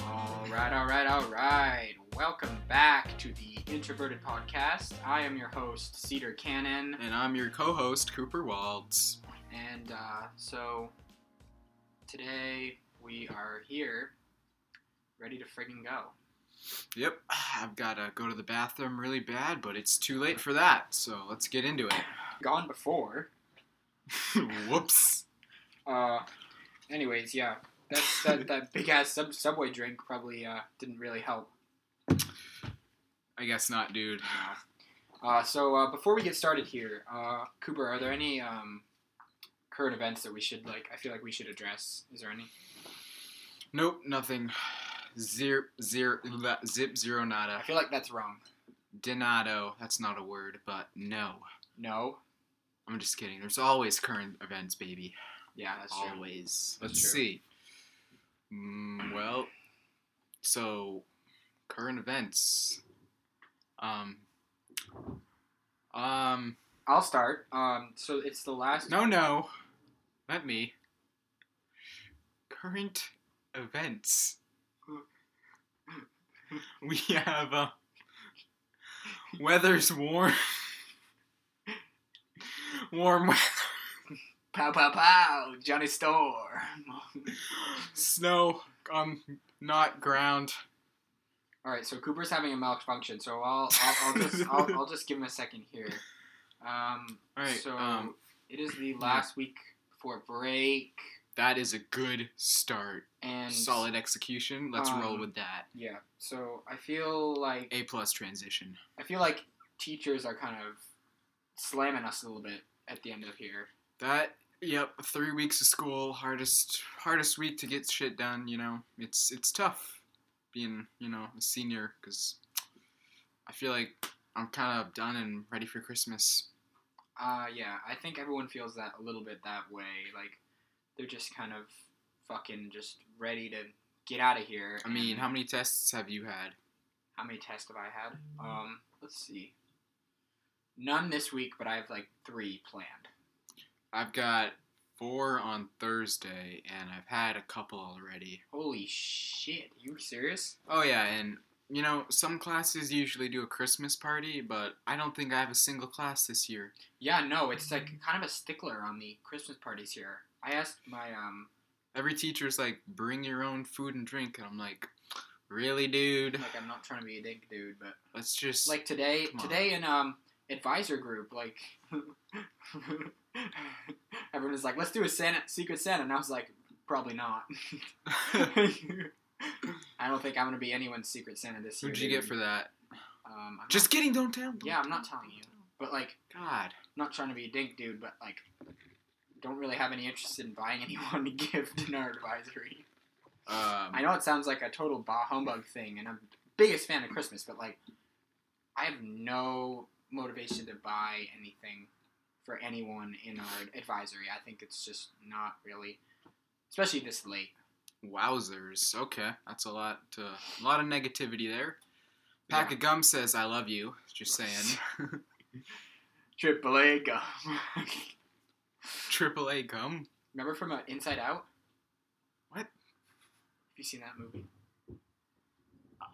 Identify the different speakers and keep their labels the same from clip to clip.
Speaker 1: right, all right, all right. Welcome back to the Introverted Podcast. I am your host, Cedar Cannon.
Speaker 2: And I'm your co host, Cooper Walds.
Speaker 1: And uh, so today we are here ready to friggin' go.
Speaker 2: Yep, I've got to go to the bathroom really bad, but it's too late for that, so let's get into
Speaker 1: Gone before.
Speaker 2: it. Whoops.
Speaker 1: Uh, anyways, yeah. That's, that, that big ass sub- subway drink probably uh, didn't really help.
Speaker 2: I guess not, dude.
Speaker 1: Uh, so uh, before we get started here, uh, Cooper, are there any um, current events that we should like? I feel like we should address. Is there any?
Speaker 2: Nope, nothing. Zero, zero, la- zip, zero,
Speaker 1: I
Speaker 2: nada.
Speaker 1: feel like that's wrong.
Speaker 2: Donato. That's not a word, but no.
Speaker 1: No.
Speaker 2: I'm just kidding. There's always current events, baby.
Speaker 1: Yeah, that's true.
Speaker 2: always.
Speaker 1: That's
Speaker 2: Let's
Speaker 1: true.
Speaker 2: see. Mm, well, so current events. Um. Um.
Speaker 1: I'll start. Um, so it's the last.
Speaker 2: No, no. Let me. Current events. We have uh, weather's warm. warm weather.
Speaker 1: Pow pow pow! Johnny Storm.
Speaker 2: Snow on not ground.
Speaker 1: All right, so Cooper's having a malfunction, so I'll I'll, I'll just I'll, I'll just give him a second here. Um,
Speaker 2: All right.
Speaker 1: so
Speaker 2: um,
Speaker 1: it is the last week before break,
Speaker 2: That is a good start.
Speaker 1: and
Speaker 2: Solid execution. Let's roll
Speaker 1: um,
Speaker 2: with that.
Speaker 1: Yeah. So I feel like
Speaker 2: A plus transition.
Speaker 1: I feel like teachers are kind of slamming us a little bit at the end of here.
Speaker 2: That yep, three weeks of school, hardest hardest week to get shit done, you know. It's it's tough being, you know, a senior cuz I feel like I'm kind of done and ready for Christmas.
Speaker 1: Uh, yeah, I think everyone feels that a little bit that way. Like they're just kind of fucking just ready to get out of here.
Speaker 2: I mean, how many tests have you had?
Speaker 1: how many tests have I had? Um, let's see. None this week, but I have like three planned.
Speaker 2: I've got 4 on Thursday and I've had a couple already.
Speaker 1: Holy shit! You serious?
Speaker 2: Oh yeah, and you know, some classes usually do a Christmas party, but I don't think I have a single class this year.
Speaker 1: Yeah, no, it's like kind of a stickler on the Christmas parties here. I asked my um
Speaker 2: Every teacher's like, "Bring your own food and drink," and I'm like, "Really, dude?
Speaker 1: like I'm not trying to be a dick dude, but
Speaker 2: Let's just
Speaker 1: like today
Speaker 2: Come on.
Speaker 1: today in um advisor group like everyone was like let's do a santa secret santa and i was like probably not i don't think i'm gonna be anyone's secret santa this year
Speaker 2: who'd you get
Speaker 1: dude.
Speaker 2: for that?
Speaker 1: um I'm
Speaker 2: Just
Speaker 1: not,
Speaker 2: kidding! Don't tell.
Speaker 1: Yeah, I'm not telling you. but like
Speaker 2: God,
Speaker 1: not trying to be a dink dude but like don't really have any interest in buying anyone a gift in our advisory
Speaker 2: um,
Speaker 1: i know it sounds like a total bah humbug thing and i'm the biggest fan of christmas but like i have no motivation to buy anything for anyone in our advisory i think it's just not really especially this late
Speaker 2: wowzers. Okay, that's a lot. To, a lot of negativity there. Pack of gum says, "I love you." Just saying.
Speaker 1: triple a gum
Speaker 2: Triple A gum.
Speaker 1: remember from uh, inside out
Speaker 2: What?
Speaker 1: have you seen that movie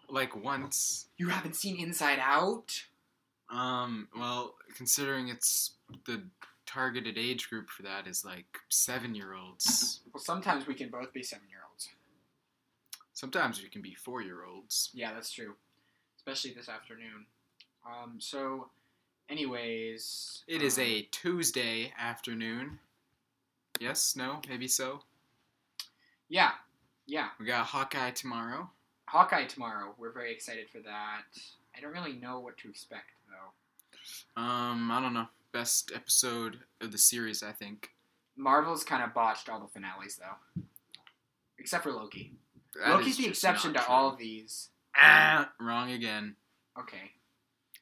Speaker 2: Like once.
Speaker 1: you haven't seen inside out
Speaker 2: Um, well, considering it's the targeted age group for that is like seven year olds.
Speaker 1: Well, sometimes we can both be seven year olds.
Speaker 2: Sometimes you can be four year olds.
Speaker 1: Yeah, that's true. Especially this afternoon. Um, so, anyways.
Speaker 2: It is
Speaker 1: um,
Speaker 2: a Tuesday afternoon. Yes, no, maybe so.
Speaker 1: Yeah, yeah.
Speaker 2: We got Hawkeye tomorrow.
Speaker 1: Hawkeye tomorrow. We're very excited for that. I don't really know what to expect, though.
Speaker 2: Um, I don't know. Best episode of the series, I think.
Speaker 1: Marvel's kind of botched all the finales, though. Except for Loki.
Speaker 2: That
Speaker 1: Loki's
Speaker 2: is
Speaker 1: the
Speaker 2: just
Speaker 1: exception to
Speaker 2: not
Speaker 1: all
Speaker 2: true.
Speaker 1: of these.
Speaker 2: Ah, wrong again.
Speaker 1: Okay.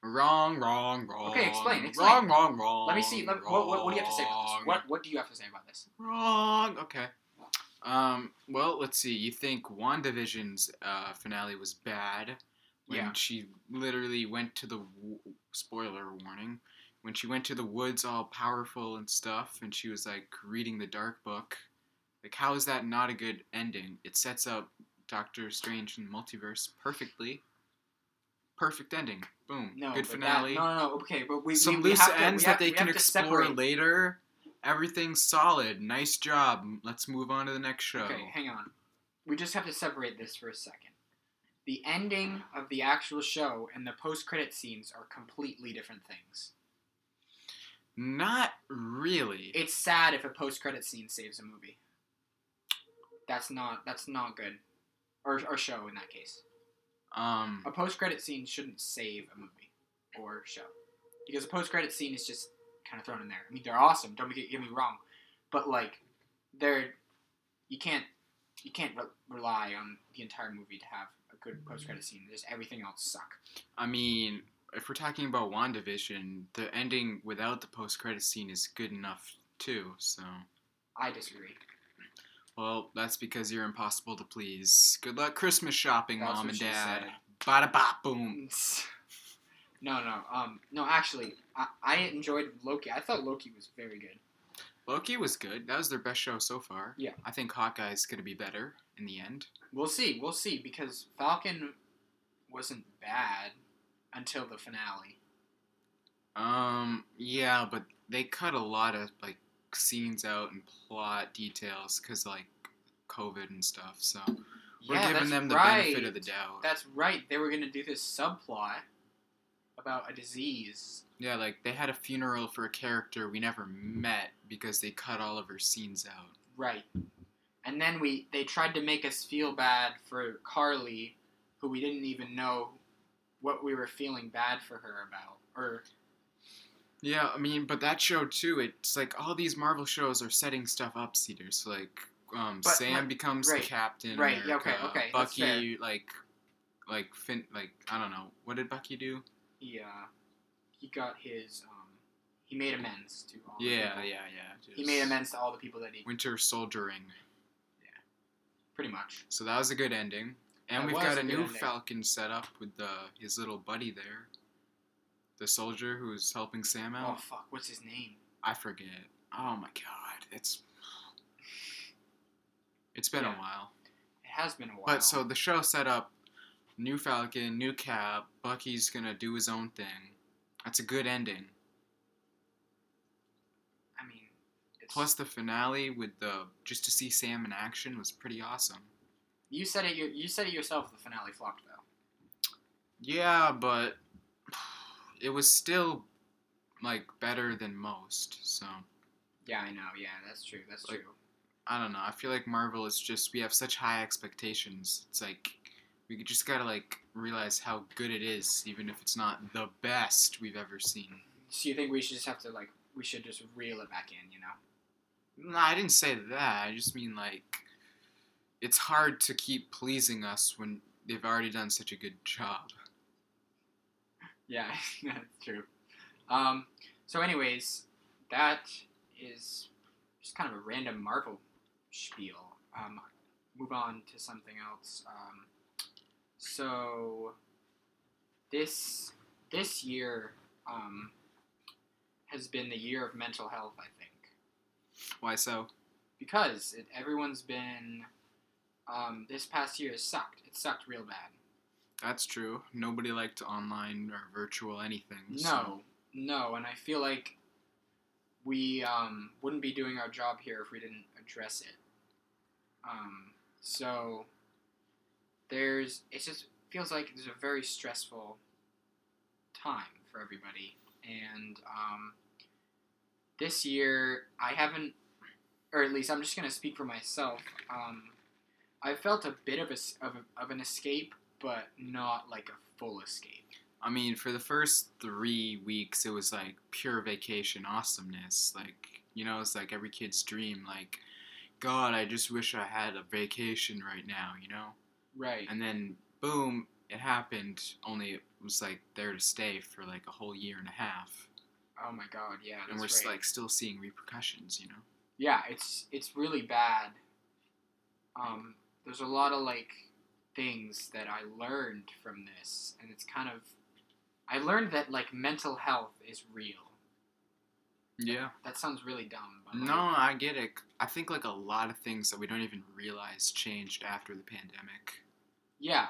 Speaker 2: Wrong, wrong, wrong.
Speaker 1: Okay, explain, explain.
Speaker 2: Wrong, wrong, wrong.
Speaker 1: Let me see. Let, what, what, what do you have to say about
Speaker 2: wrong.
Speaker 1: this? What, what do you have to say about this?
Speaker 2: Wrong. Okay. Um. Well, let's see. You think WandaVision's uh, finale was bad when
Speaker 1: Yeah.
Speaker 2: she literally went to the w- spoiler warning when she went to the woods all powerful and stuff, and she was like reading the dark book. Like, how is that not a good ending? It sets up Doctor Strange and Multiverse perfectly. Perfect ending. Boom.
Speaker 1: No,
Speaker 2: Good
Speaker 1: but
Speaker 2: finale.
Speaker 1: That, no, no, no. Okay, but we
Speaker 2: Some
Speaker 1: we, we
Speaker 2: loose
Speaker 1: have to,
Speaker 2: ends
Speaker 1: we have,
Speaker 2: that they
Speaker 1: we
Speaker 2: can
Speaker 1: have to
Speaker 2: explore
Speaker 1: separate.
Speaker 2: later. Everything's solid. Nice job. Let's move on to the next show.
Speaker 1: Okay, hang on. We just have to separate this for a second. The ending of the actual show and the post-credit scenes are completely different things.
Speaker 2: Not really.
Speaker 1: It's sad if a post-credit scene saves a movie. That's not that's not good, or or show in that case.
Speaker 2: um.
Speaker 1: A post-credit scene shouldn't save a movie or show because a post-credit scene is just kind of thrown in there. I mean, they're awesome. Don't get get me wrong, but like, they're you can't you can't re- rely on the entire movie to have a good post-credit scene. Just everything else suck.
Speaker 2: I mean, if we're talking about WandaVision, the ending without the post credit scene is good enough too. So,
Speaker 1: I disagree.
Speaker 2: well, that's because you're impossible to please. Good luck Christmas shopping,
Speaker 1: That's
Speaker 2: mom
Speaker 1: what
Speaker 2: and
Speaker 1: she
Speaker 2: dad.
Speaker 1: said.
Speaker 2: Bada bop boom.
Speaker 1: No, no, um, no. Actually, I, I enjoyed Loki. I thought Loki was very good.
Speaker 2: Loki was good. That was their best show so far.
Speaker 1: Yeah.
Speaker 2: I think Hawkeye's gonna be better in the end.
Speaker 1: We'll see. We'll see because Falcon wasn't bad until the finale.
Speaker 2: Um, yeah, but they cut a lot of like scenes out and plot details because like COVID and stuff. So we're
Speaker 1: yeah,
Speaker 2: giving
Speaker 1: that's
Speaker 2: them the
Speaker 1: right.
Speaker 2: benefit of the doubt.
Speaker 1: That's right. They were gonna do this subplot about a disease.
Speaker 2: Yeah, like they had a funeral for a character we never met because they cut all of her scenes out.
Speaker 1: Right. And then we they tried to make us feel bad for Carly, who we didn't even know what we were feeling bad for her about. Or
Speaker 2: Yeah, I mean, but that show too, it's like all these Marvel shows are setting stuff up, Cedar. So like um,
Speaker 1: But,
Speaker 2: Sam
Speaker 1: like,
Speaker 2: becomes
Speaker 1: right,
Speaker 2: Captain
Speaker 1: right, yeah, okay,
Speaker 2: America.
Speaker 1: okay, that's
Speaker 2: Bucky
Speaker 1: fair.
Speaker 2: like like fin like I don't know. What did Bucky do?
Speaker 1: he uh, he got his um, he made amends to all.
Speaker 2: Yeah, yeah,
Speaker 1: the people.
Speaker 2: yeah.
Speaker 1: He made
Speaker 2: just
Speaker 1: amends to all the people that he
Speaker 2: Winter soldiering.
Speaker 1: pretty much.
Speaker 2: So that was a good ending. And
Speaker 1: That
Speaker 2: we've
Speaker 1: was
Speaker 2: got
Speaker 1: a
Speaker 2: a
Speaker 1: good
Speaker 2: new
Speaker 1: ending.
Speaker 2: Falcon set up with the his little buddy there. The soldier who's helping Sam out.
Speaker 1: Oh fuck, what's his name?
Speaker 2: I forget. Oh my god, it's it's been
Speaker 1: Yeah.
Speaker 2: a while.
Speaker 1: It has been a while.
Speaker 2: But so the show set up new Falcon, new Cap. Bucky's gonna do his own thing. That's a good ending.
Speaker 1: I mean, it's,
Speaker 2: Plus the finale with the just to see Sam in action was pretty awesome.
Speaker 1: you said it. You, you said it yourself. The finale flopped though.
Speaker 2: Yeah, but it was still like better than most. So
Speaker 1: Yeah, I know. Yeah, that's true. That's
Speaker 2: Like-
Speaker 1: true.
Speaker 2: I don't know. I feel like Marvel is just we have such high expectations. It's like we just gotta like realize how good it is, even if it's not the best we've ever seen.
Speaker 1: So you think we should just have to like we should just reel it back in, you know?
Speaker 2: No, I didn't say that. I just mean like it's hard to keep pleasing us when they've already done such a good job.
Speaker 1: Yeah, that's true. Um, so, anyways, that is just kind of a random Marvel spiel. Um, move on to something else. Um, so this this year um, has been the year of mental health, I think.
Speaker 2: Why so?
Speaker 1: because it, everyone's been um, this past year has sucked. It sucked real bad.
Speaker 2: That's true. Nobody liked online or virtual anything.
Speaker 1: No, no, and I feel like we um, wouldn't be doing our job here if we didn't address it. Um, so there's it just feels like there's a very stressful time for everybody, and um, this year I haven't, or at least I'm just gonna speak for myself. Um, I felt a bit of a s of, a, of an escape, but not like a full escape.
Speaker 2: I mean, for the first three weeks, it was like pure vacation awesomeness. Like, you know, it's like every kid's dream. Like, God, I just wish I had a vacation right now, you know?
Speaker 1: Right.
Speaker 2: And then, boom, it happened, only it was like there to stay for like a whole year and a half.
Speaker 1: Oh my god, yeah.
Speaker 2: And we're
Speaker 1: that's
Speaker 2: s
Speaker 1: right.
Speaker 2: like still seeing repercussions, you know?
Speaker 1: yeah, it's it's really bad. Um, there's a lot of like things that I learned from this, and it's kind of I learned that like mental health is real.
Speaker 2: Yeah.
Speaker 1: That sounds really dumb. But, like,
Speaker 2: No, I get it. I think like a lot of things that we don't even realize changed after the pandemic.
Speaker 1: Yeah,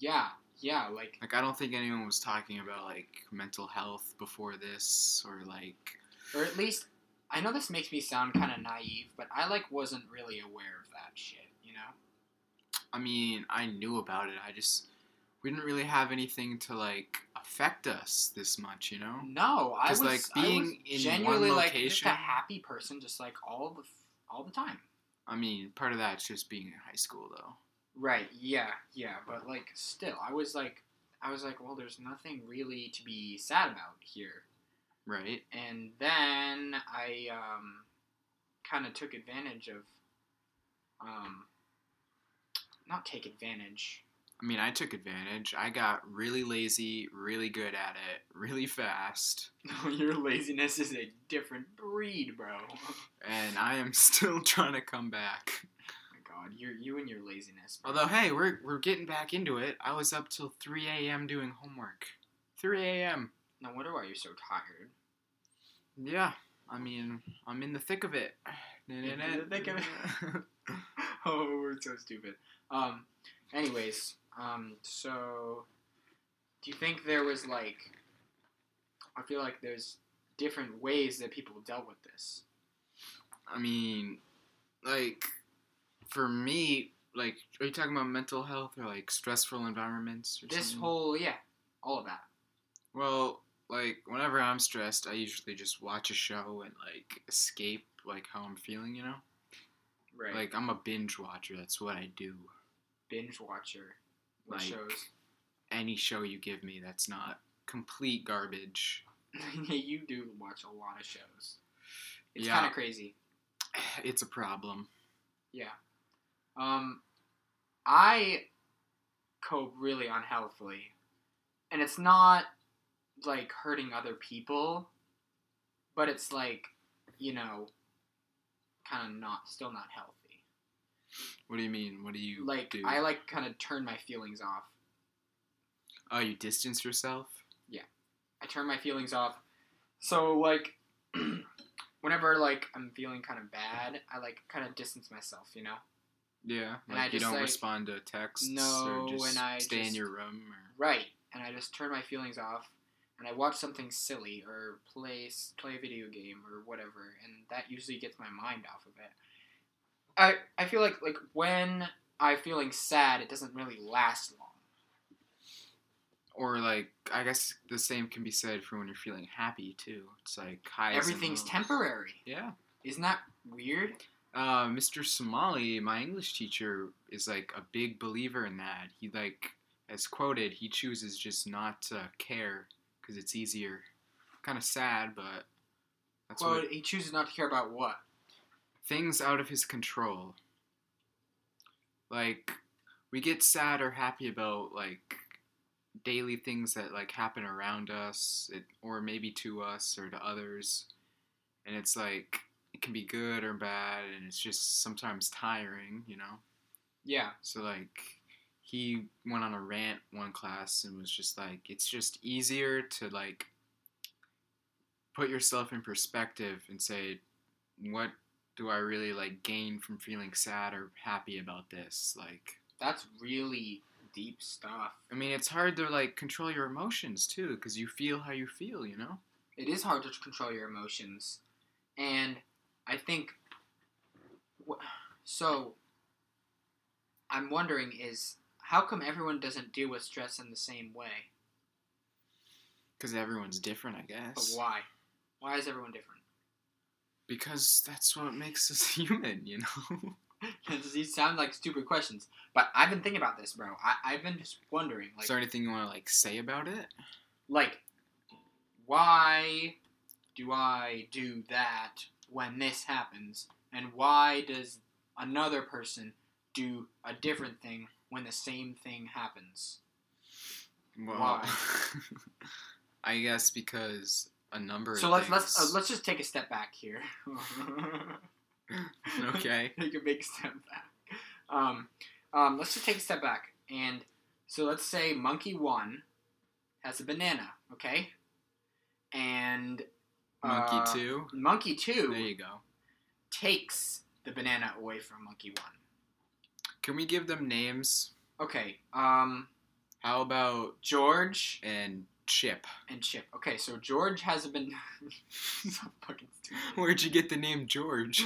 Speaker 1: yeah, yeah. Like
Speaker 2: Like I don't think anyone was talking about like mental health before this or like
Speaker 1: or at least I know this makes me sound kind of naive, but I like wasn't really aware of that shit, you know?
Speaker 2: I mean, I knew about it. I just we didn't really have anything to like affect us this much, you know?
Speaker 1: No, I was
Speaker 2: 'Cause, like, being
Speaker 1: I
Speaker 2: in
Speaker 1: was genuinely
Speaker 2: one
Speaker 1: like just a
Speaker 2: location-
Speaker 1: happy person, just like all the f- all the time.
Speaker 2: I mean, part of that's just being in high school though.
Speaker 1: Right? Yeah, yeah. But like, still, I was like, I was like, well, there's nothing really to be sad about here.
Speaker 2: Right?
Speaker 1: And then I um, kind of took advantage of, um, not take advantage.
Speaker 2: I mean, I took advantage. I got really lazy, really good at it, really fast,
Speaker 1: Your laziness is a different breed, bro. Oh
Speaker 2: and I am still trying to come back.
Speaker 1: my God, you you and your laziness. bro.
Speaker 2: Although, hey, we're we're getting back into it. I was up till 3 a.m. doing homework. 3 a.m.
Speaker 1: no wonder why you're so tired.
Speaker 2: Yeah, I mean, I'm in the thick of it.
Speaker 1: the thick of it. oh, we're so stupid. Um, anyways, um, so do you think there was like? I feel like there's different ways that people dealt with this.
Speaker 2: I mean, like, for me, like, are you talking about mental health or like stressful environments? Or
Speaker 1: This
Speaker 2: something?
Speaker 1: whole yeah, all of that.
Speaker 2: Well, like, whenever I'm stressed, I usually just watch a show and like escape like how I'm feeling. You know,
Speaker 1: Right.
Speaker 2: like I'm a binge watcher. That's what I do.
Speaker 1: binge watcher. What
Speaker 2: Like-
Speaker 1: shows?
Speaker 2: Any show you give me that's not complete garbage.
Speaker 1: you do watch a lot of shows. It's
Speaker 2: Yeah.
Speaker 1: kind of crazy.
Speaker 2: It's a problem.
Speaker 1: Yeah. Um, I cope really unhealthily, and it's not like hurting other people, but it's like you know, kind of not still not healthy.
Speaker 2: What do you mean? What do you
Speaker 1: Like
Speaker 2: do?
Speaker 1: I like kind of turn my feelings off.
Speaker 2: oh, you distance yourself.
Speaker 1: I turn my feelings off. So like, whenever like I'm feeling kind of bad, I like kind of distance myself. You know.
Speaker 2: Yeah,
Speaker 1: And
Speaker 2: like
Speaker 1: I
Speaker 2: you
Speaker 1: just,
Speaker 2: don't
Speaker 1: like,
Speaker 2: respond to texts
Speaker 1: no,
Speaker 2: or just
Speaker 1: and I
Speaker 2: stay in
Speaker 1: just-
Speaker 2: your room. Or...
Speaker 1: Right. And I just turn my feelings off and I watch something silly or play s- play a video game or whatever and that usually gets my mind off of it. I I feel like like when I'm feeling sad, it doesn't really last long.
Speaker 2: or like I guess the same can be said for when you're feeling happy too. It's like highs. and
Speaker 1: Everything's
Speaker 2: lows.
Speaker 1: temporary.
Speaker 2: Yeah.
Speaker 1: Isn't that weird?
Speaker 2: Uh, Mr. Somali, my English teacher, is like a big believer in that. He like, as quoted, he chooses just not to care because it's easier. Kind of sad, but that's
Speaker 1: well,
Speaker 2: what
Speaker 1: he chooses not to care about what.
Speaker 2: things out of his control. Like we get sad or happy about like daily things that like happen around us it, or maybe to us or to others and it's like it can be good or bad and it's just sometimes tiring, you know.
Speaker 1: Yeah.
Speaker 2: So like he went on a rant one class and was just like it's just easier to like put yourself in perspective and say what do I really like gain from feeling sad or happy about this like
Speaker 1: That's really deep stuff.
Speaker 2: I mean it's hard to like control your emotions too cuz you feel how you feel, you know?
Speaker 1: it is hard to control your emotions and i think wh- so i'm wondering is how come everyone doesn't deal with stress in the same way
Speaker 2: Cuz everyone's different, I
Speaker 1: but
Speaker 2: guess.
Speaker 1: why why is everyone different
Speaker 2: Because that's what makes us human, you know?
Speaker 1: these sound like stupid questions but i've been thinking about this bro I, i've been just wondering like
Speaker 2: Is there anything you want to like say about it?
Speaker 1: like why do i do that when this happens and why does another person do a different thing when the same thing happens
Speaker 2: Well,
Speaker 1: Why?
Speaker 2: I guess because a number
Speaker 1: so
Speaker 2: of
Speaker 1: let's let's uh,
Speaker 2: things-
Speaker 1: let's just take a step back here
Speaker 2: okay.
Speaker 1: take a big step back um, um, let's just take a step back and so let's say monkey one has a banana okay and
Speaker 2: Monkey
Speaker 1: uh,
Speaker 2: two.
Speaker 1: monkey two
Speaker 2: There you go.
Speaker 1: takes the banana away from Monkey One.
Speaker 2: Can we give them names?
Speaker 1: Okay. Um,
Speaker 2: How about
Speaker 1: George
Speaker 2: and Chip?
Speaker 1: and Chip. Okay, so George hasn't been. so fucking stupid.
Speaker 2: Where'd you get the name George?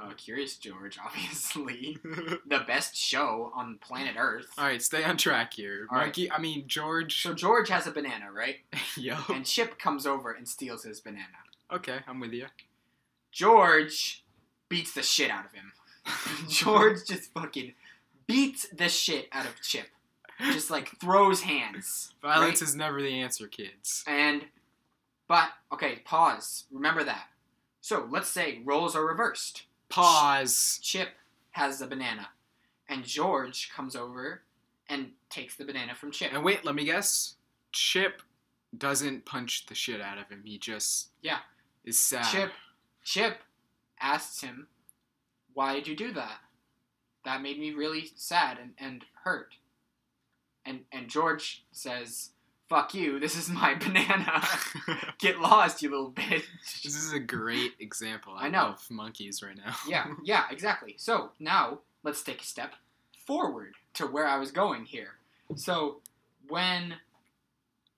Speaker 1: Uh, Curious George, obviously, the best show on planet Earth.
Speaker 2: All right, stay on track here.
Speaker 1: All right.
Speaker 2: Monkey, I mean George.
Speaker 1: So George has a banana, right?
Speaker 2: Yo.
Speaker 1: And Chip comes over and steals his banana.
Speaker 2: Okay, I'm with you.
Speaker 1: George beats the shit out of him. George just fucking beats the shit out of Chip. Just like throws hands.
Speaker 2: Violence
Speaker 1: right?
Speaker 2: is never the answer, kids.
Speaker 1: And but okay, pause. Remember that. So let's say roles are reversed.
Speaker 2: Pause.
Speaker 1: Chip has the banana. And George comes over and takes the banana from Chip.
Speaker 2: And wait, let me guess. Chip doesn't punch the shit out of him. He just
Speaker 1: Yeah.
Speaker 2: is sad.
Speaker 1: Chip Chip asks him, Why did you do that? That made me really sad and, and hurt. And and George says, Fuck you, this is my banana. Get lost, you little bitch.
Speaker 2: this is a great example. I,
Speaker 1: I know.
Speaker 2: love monkeys right now.
Speaker 1: yeah, yeah, exactly. So now let's take a step forward to where I was going here. So when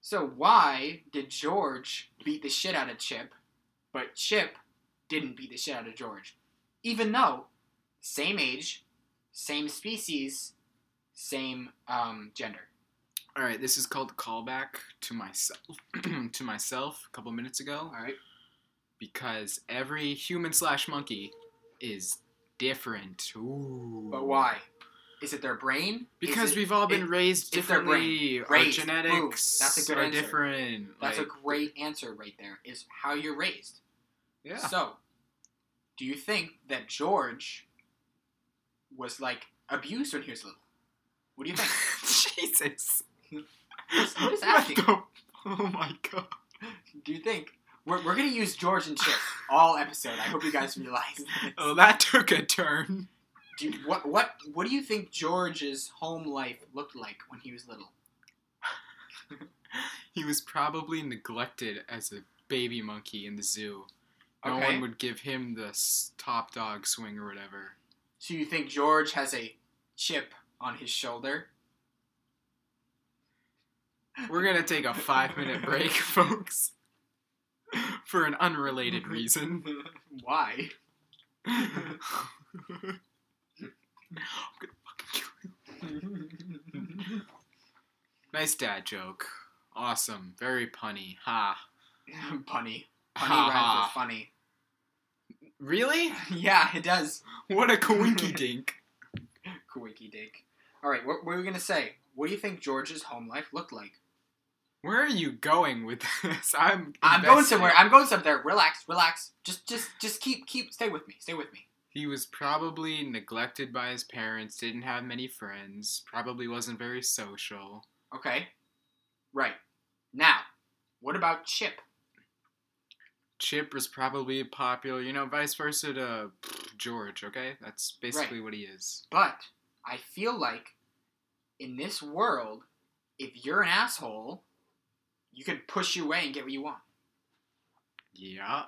Speaker 1: so why did George beat the shit out of Chip, but Chip didn't beat the shit out of George? Even though same age, same species, same um, gender.
Speaker 2: All right, this is called callback to myself. to myself, a couple minutes ago,
Speaker 1: All right.
Speaker 2: because every human slash monkey is different. Ooh.
Speaker 1: But why? Is it their brain? Is
Speaker 2: Because
Speaker 1: it-
Speaker 2: we've all been
Speaker 1: it-
Speaker 2: raised
Speaker 1: it's their brain.
Speaker 2: differently. Our
Speaker 1: Raised. Boom.
Speaker 2: genetics
Speaker 1: That's a good
Speaker 2: are
Speaker 1: answer.
Speaker 2: different.
Speaker 1: That's
Speaker 2: like-
Speaker 1: a great answer right there. Is how you're raised.
Speaker 2: yeah.
Speaker 1: So, do you think that George was like abused when he was little? What do you think?
Speaker 2: Jesus.
Speaker 1: Just- I'm just
Speaker 2: What
Speaker 1: asking.
Speaker 2: the- oh my god.
Speaker 1: do you think we're, we're gonna use George and Chip all episode? I hope you guys realize. This.
Speaker 2: Oh, that took a turn.
Speaker 1: Do you, what what what do you think George's home life looked like when he was little?
Speaker 2: He was probably neglected as a baby monkey in the zoo. No
Speaker 1: Okay.
Speaker 2: one would give him the s- top dog swing or whatever.
Speaker 1: So you think George has a chip on his shoulder?
Speaker 2: We're gonna take a five minute break, folks, for an unrelated reason.
Speaker 1: Why?
Speaker 2: I'm gonna fucking kill you. Nice dad joke. Awesome. Very punny. Ha.
Speaker 1: Punny. Punny
Speaker 2: Ha
Speaker 1: rhymes
Speaker 2: ha.
Speaker 1: with funny.
Speaker 2: Really?
Speaker 1: Yeah, it does.
Speaker 2: What a coinky dink.
Speaker 1: Kawiki Dink. All right, what, what were we gonna say? What do you think George's home life looked like?
Speaker 2: Where are you going with this? I'm.
Speaker 1: I'm going
Speaker 2: invested.
Speaker 1: somewhere. I'm going somewhere. Relax, relax. Just, just, just keep, keep. Stay with me. Stay with me.
Speaker 2: He was probably neglected by his parents. Didn't have many friends. Probably wasn't very social.
Speaker 1: Okay. Right. Now, what about Chip?
Speaker 2: Chip was probably popular. You know, vice versa to George. Okay, that's basically what he is.
Speaker 1: But I feel like in this world, if you're an asshole, you can push your way and get what you want.
Speaker 2: Yeah.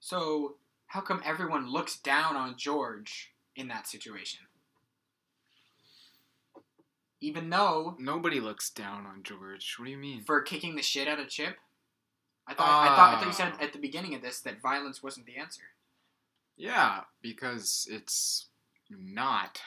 Speaker 1: So how come everyone looks down on George in that situation? Even though
Speaker 2: Nobody looks down on George. What do you mean?
Speaker 1: for kicking the shit out of Chip. I thought, I thought I thought you said
Speaker 2: Ah.
Speaker 1: at the beginning of this that violence wasn't the answer.
Speaker 2: Yeah, because it's not.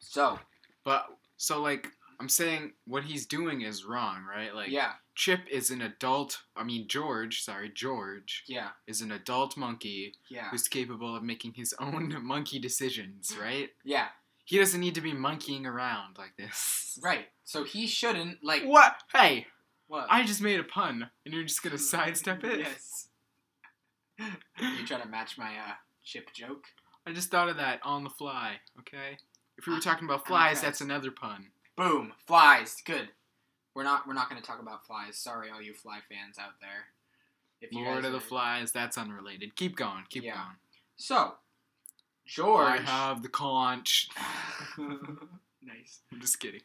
Speaker 1: So
Speaker 2: But so like I'm saying what he's doing is wrong, right? Like
Speaker 1: yeah,
Speaker 2: Chip is an adult, I mean George, sorry, George
Speaker 1: yeah,
Speaker 2: is an adult monkey
Speaker 1: yeah,
Speaker 2: who's capable of making his own monkey decisions, right?
Speaker 1: yeah.
Speaker 2: He doesn't need to be monkeying around like this.
Speaker 1: Right. So he shouldn't like
Speaker 2: What? Hey,
Speaker 1: what?
Speaker 2: I just made a pun and you're just going to sidestep it?
Speaker 1: Yes. you trying to match my uh, Chip joke?
Speaker 2: I just thought of that on the fly, okay? If we were
Speaker 1: I-
Speaker 2: talking about flies,
Speaker 1: Ah, impressed.
Speaker 2: that's another pun.
Speaker 1: Boom! Flies. Good. We're not we're not going to talk about flies. Sorry, all you fly fans out there. If
Speaker 2: Lord
Speaker 1: guys
Speaker 2: of the
Speaker 1: are-
Speaker 2: Flies, that's unrelated. Keep going, keep
Speaker 1: Yeah.
Speaker 2: going.
Speaker 1: So, George.
Speaker 2: I have the conch.
Speaker 1: nice.
Speaker 2: I'm just kidding.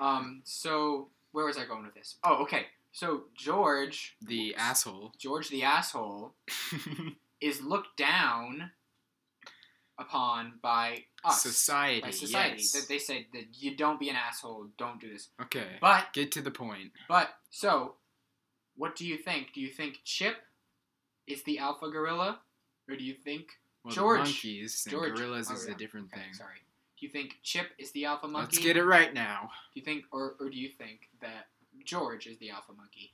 Speaker 1: Um, so where was I going with this? Oh, okay. So George,
Speaker 2: The asshole.
Speaker 1: George the asshole, is looked down upon by us,
Speaker 2: society.
Speaker 1: by society.
Speaker 2: yes.
Speaker 1: That they said that you don't be an asshole, don't do this.
Speaker 2: okay.
Speaker 1: But
Speaker 2: Get to the point.
Speaker 1: But so, what do you think? Do you think Chip is the alpha gorilla, or do you think?
Speaker 2: Well,
Speaker 1: George.
Speaker 2: The monkeys and
Speaker 1: George.
Speaker 2: gorillas
Speaker 1: Oh,
Speaker 2: is
Speaker 1: yeah.
Speaker 2: a different
Speaker 1: okay,
Speaker 2: thing.
Speaker 1: sorry. Do you think Chip is the alpha monkey?
Speaker 2: Let's get it right now.
Speaker 1: Do you think, or, or do you think that George is the alpha monkey?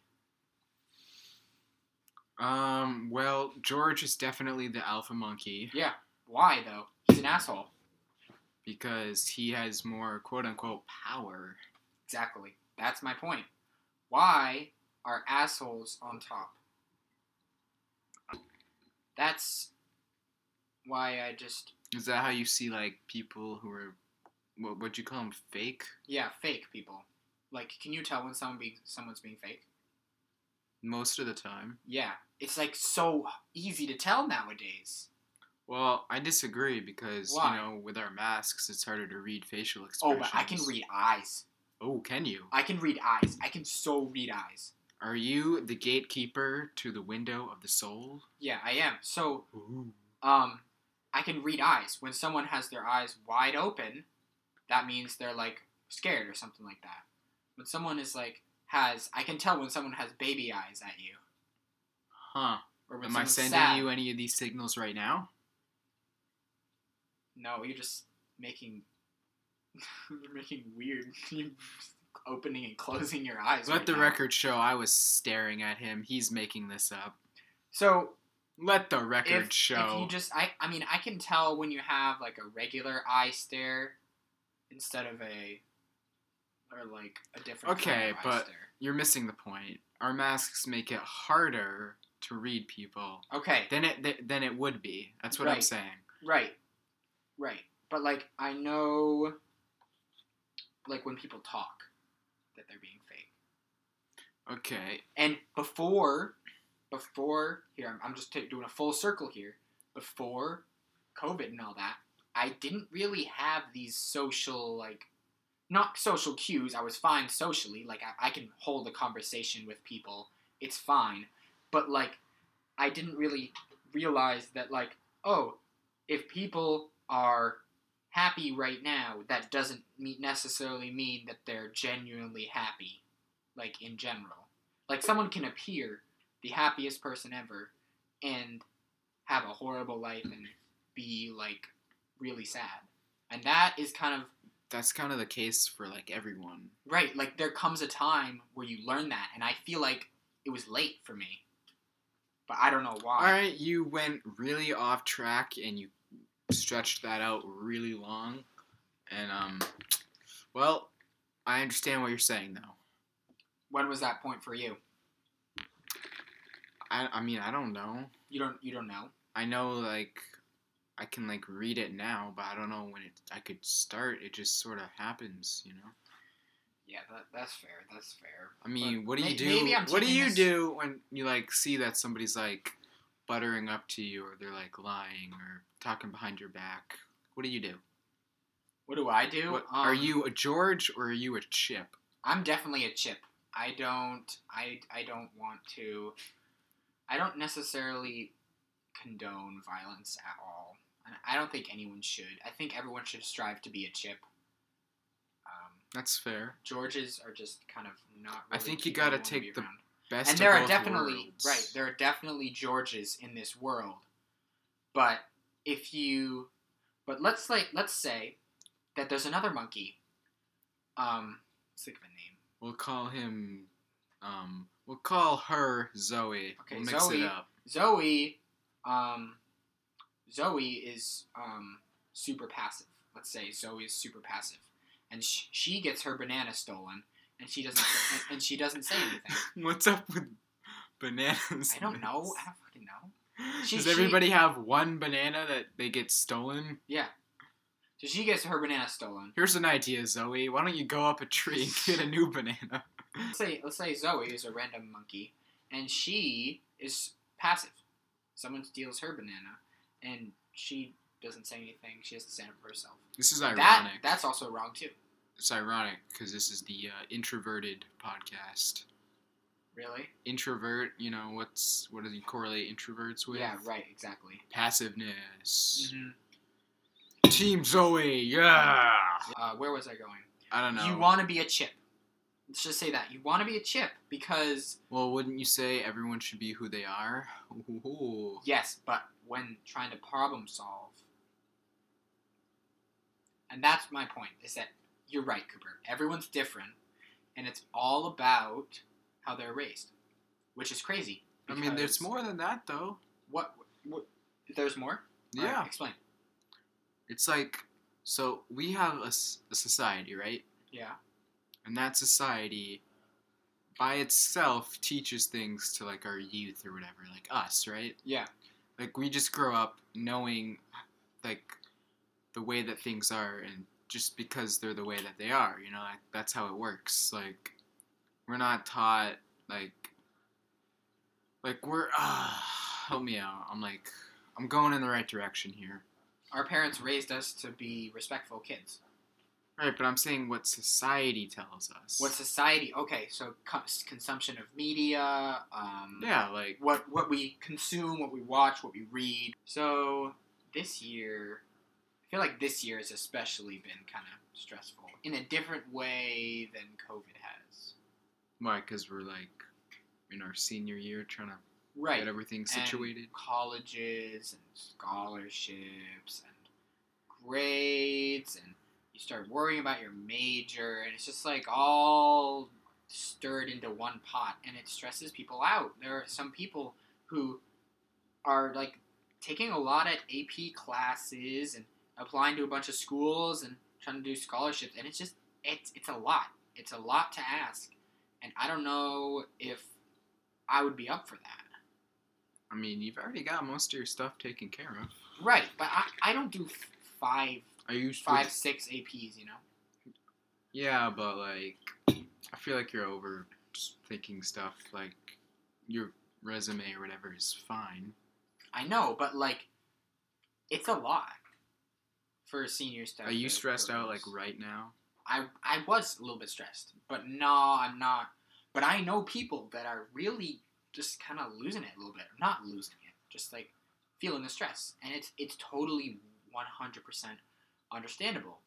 Speaker 2: Um. Well, George is definitely the alpha monkey
Speaker 1: Yeah. Why though? He's an asshole.
Speaker 2: because he has more quote unquote power.
Speaker 1: Exactly. That's my point. Why are assholes on top? That's why I just
Speaker 2: Is that how you see like people who are what would you call them fake?
Speaker 1: yeah fake people. Like, can you tell when someone be someone's being fake?
Speaker 2: Most of the time.
Speaker 1: Yeah, it's like so easy to tell nowadays.
Speaker 2: Well, I disagree because
Speaker 1: Why?
Speaker 2: you know with our masks it's harder to read facial
Speaker 1: Oh,
Speaker 2: expressions.
Speaker 1: but I can read eyes.
Speaker 2: Oh, can you?
Speaker 1: I can read eyes. I can so read eyes.
Speaker 2: Are you the gatekeeper to the window of the soul?
Speaker 1: Yeah, I am. So,
Speaker 2: Ooh.
Speaker 1: um, I can read eyes. When someone has their eyes wide open, that means they're like scared or something like that. When someone is like has, I can tell when someone has baby eyes at you,
Speaker 2: Huh.
Speaker 1: or when
Speaker 2: Am I
Speaker 1: someone's
Speaker 2: sending
Speaker 1: sad.
Speaker 2: you any of these signals right now?
Speaker 1: No, you're just making. you're making weird. You're opening and closing your eyes.
Speaker 2: Let
Speaker 1: right
Speaker 2: the
Speaker 1: now.
Speaker 2: record show I was staring at him. He's making this up.
Speaker 1: So
Speaker 2: Let the record
Speaker 1: if, if
Speaker 2: show.
Speaker 1: you just, I, I mean, I can tell when you have like a regular eye stare instead of a, or like a different.
Speaker 2: Okay,
Speaker 1: kind of eye
Speaker 2: but-
Speaker 1: stare.
Speaker 2: You're missing the point. Our masks make it harder to read people
Speaker 1: okay,
Speaker 2: than it th- than it would be. That's what I'm
Speaker 1: Right.
Speaker 2: saying.
Speaker 1: right, right. But like, I know, like when people talk, that they're being fake.
Speaker 2: Okay.
Speaker 1: And before, before here, I'm, I'm just ta doing a full circle here. Before COVID and all that, I didn't really have these social like, not social cues. I was fine socially. Like I, I can hold a conversation with people. It's fine. But like, I didn't really realize that like, oh, if people are happy right now, that doesn't mean necessarily mean that they're genuinely happy. Like in general. Like someone can appear the happiest person ever and have a horrible life and be like really sad. And that is kind of
Speaker 2: That's kind of the case for like everyone.
Speaker 1: right, like there comes a time where you learn that and I feel like it was late for me. But I don't know why.
Speaker 2: All right, you went really off track and you stretched that out really long. And um well, I understand what you're saying though.
Speaker 1: When was that point for you?
Speaker 2: I I mean, I don't know.
Speaker 1: You don't you don't know.
Speaker 2: I know like I can like read it now, but I don't know when it I could start. It just sort of happens, you know.
Speaker 1: Yeah, that, that's fair. That's fair.
Speaker 2: I mean, what do
Speaker 1: may-
Speaker 2: you do?
Speaker 1: maybe I'm
Speaker 2: what do
Speaker 1: taking
Speaker 2: you
Speaker 1: this-
Speaker 2: do when you like see that somebody's like buttering up to you, or they're like lying, or talking behind your back? What do you do?
Speaker 1: What do I do?
Speaker 2: What, are
Speaker 1: Um,
Speaker 2: you a George or are you a Chip?
Speaker 1: I'm definitely a chip. I don't I I don't want to I don't necessarily condone violence at all. And I don't think anyone should. I think everyone should strive to be a chip. Um,
Speaker 2: That's fair.
Speaker 1: Georges are just kind of not.
Speaker 2: I
Speaker 1: Really
Speaker 2: think you
Speaker 1: people
Speaker 2: gotta
Speaker 1: wanna
Speaker 2: take
Speaker 1: be
Speaker 2: the
Speaker 1: around.
Speaker 2: Best.
Speaker 1: And
Speaker 2: of
Speaker 1: there are
Speaker 2: both
Speaker 1: definitely
Speaker 2: worlds.
Speaker 1: right. There are definitely Georges in this world, but if you, but let's like let's say that there's another monkey. Um, sick of a name.
Speaker 2: We'll call him. Um, we'll call her Zoe.
Speaker 1: Okay,
Speaker 2: we'll mix
Speaker 1: Zoe.
Speaker 2: it up.
Speaker 1: Zoe, um, Zoe is um, super passive. Let's say Zoe is super passive, and sh- she gets her banana stolen, and she doesn't, and, and she doesn't say anything.
Speaker 2: What's up with bananas?
Speaker 1: I don't know.
Speaker 2: miss?
Speaker 1: I don't fucking know. She-
Speaker 2: Does
Speaker 1: she-
Speaker 2: everybody have one banana that they get stolen?
Speaker 1: Yeah. So she gets her banana stolen.
Speaker 2: Here's an idea, Zoe. Why don't you go up a tree and get a new banana?
Speaker 1: Let's say let's say Zoe is a random monkey, and she is passive. Someone steals her banana, and she doesn't say anything. She has to stand up for herself.
Speaker 2: This is
Speaker 1: That
Speaker 2: ironic.
Speaker 1: that's also wrong too.
Speaker 2: it's ironic because this is the uh, introverted podcast.
Speaker 1: Really?
Speaker 2: Introvert, you know, what's what do you correlate introverts with?
Speaker 1: Yeah. Right. Exactly.
Speaker 2: Passiveness.
Speaker 1: Mhm.
Speaker 2: Team Zoe, yeah.
Speaker 1: Uh, where was I going?
Speaker 2: I don't know.
Speaker 1: You want to be a chip. Let's just say that you want to be a chip because
Speaker 2: well, wouldn't you say everyone should be who they are? Ooh.
Speaker 1: yes, but when trying to problem solve, and that's my point is that you're right, Cooper. Everyone's different, and it's all about how they're raised, which is crazy.
Speaker 2: I mean,
Speaker 1: because-
Speaker 2: there's more than that though.
Speaker 1: What, what? There's more. All right,
Speaker 2: Yeah.
Speaker 1: explain.
Speaker 2: It's like so we have a, s- a society, right?
Speaker 1: Yeah.
Speaker 2: And that society by itself teaches things to like our youth or whatever, like us, right?
Speaker 1: Yeah.
Speaker 2: Like we just grow up knowing like the way that things are and just because they're the way that they are, you know, like that's how it works. Like we're not taught like like we're uh, help me out. I'm like I'm going in the right direction here.
Speaker 1: Our parents raised us to be respectful kids.
Speaker 2: Right, but I'm saying what society tells us.
Speaker 1: What society? Okay, so cons- consumption of media. Um,
Speaker 2: yeah, like
Speaker 1: What what we consume, what we watch, what we read. So this year, I feel like this year has especially been kind of stressful in a different way than COVID has.
Speaker 2: why? Because we're like in our senior year trying to
Speaker 1: Right.
Speaker 2: get everything
Speaker 1: and
Speaker 2: situated.
Speaker 1: colleges and scholarships and grades and you start worrying about your major and it's just like all stirred into one pot and it stresses people out there are some people who are like taking a lot of ap classes and applying to a bunch of schools and trying to do scholarships and it's just it's it's a lot it's a lot to ask and i don't know if i would be up for that
Speaker 2: I mean, you've already got most of your stuff taken care of.
Speaker 1: Right, but I, I don't do f- five
Speaker 2: Are you
Speaker 1: five six APs, you know.
Speaker 2: Yeah, but like, I feel like you're overthinking stuff. Like, your resume or whatever is fine.
Speaker 1: I know, but like, it's a lot for seniors to.
Speaker 2: Are
Speaker 1: have
Speaker 2: you
Speaker 1: to
Speaker 2: stressed out like
Speaker 1: produce.
Speaker 2: right now?
Speaker 1: I I was a little bit stressed, but no, I'm not. But I know people that are really just kind of losing it a little bit, not losing it, just like feeling the stress, and it's it's totally 100% understandable.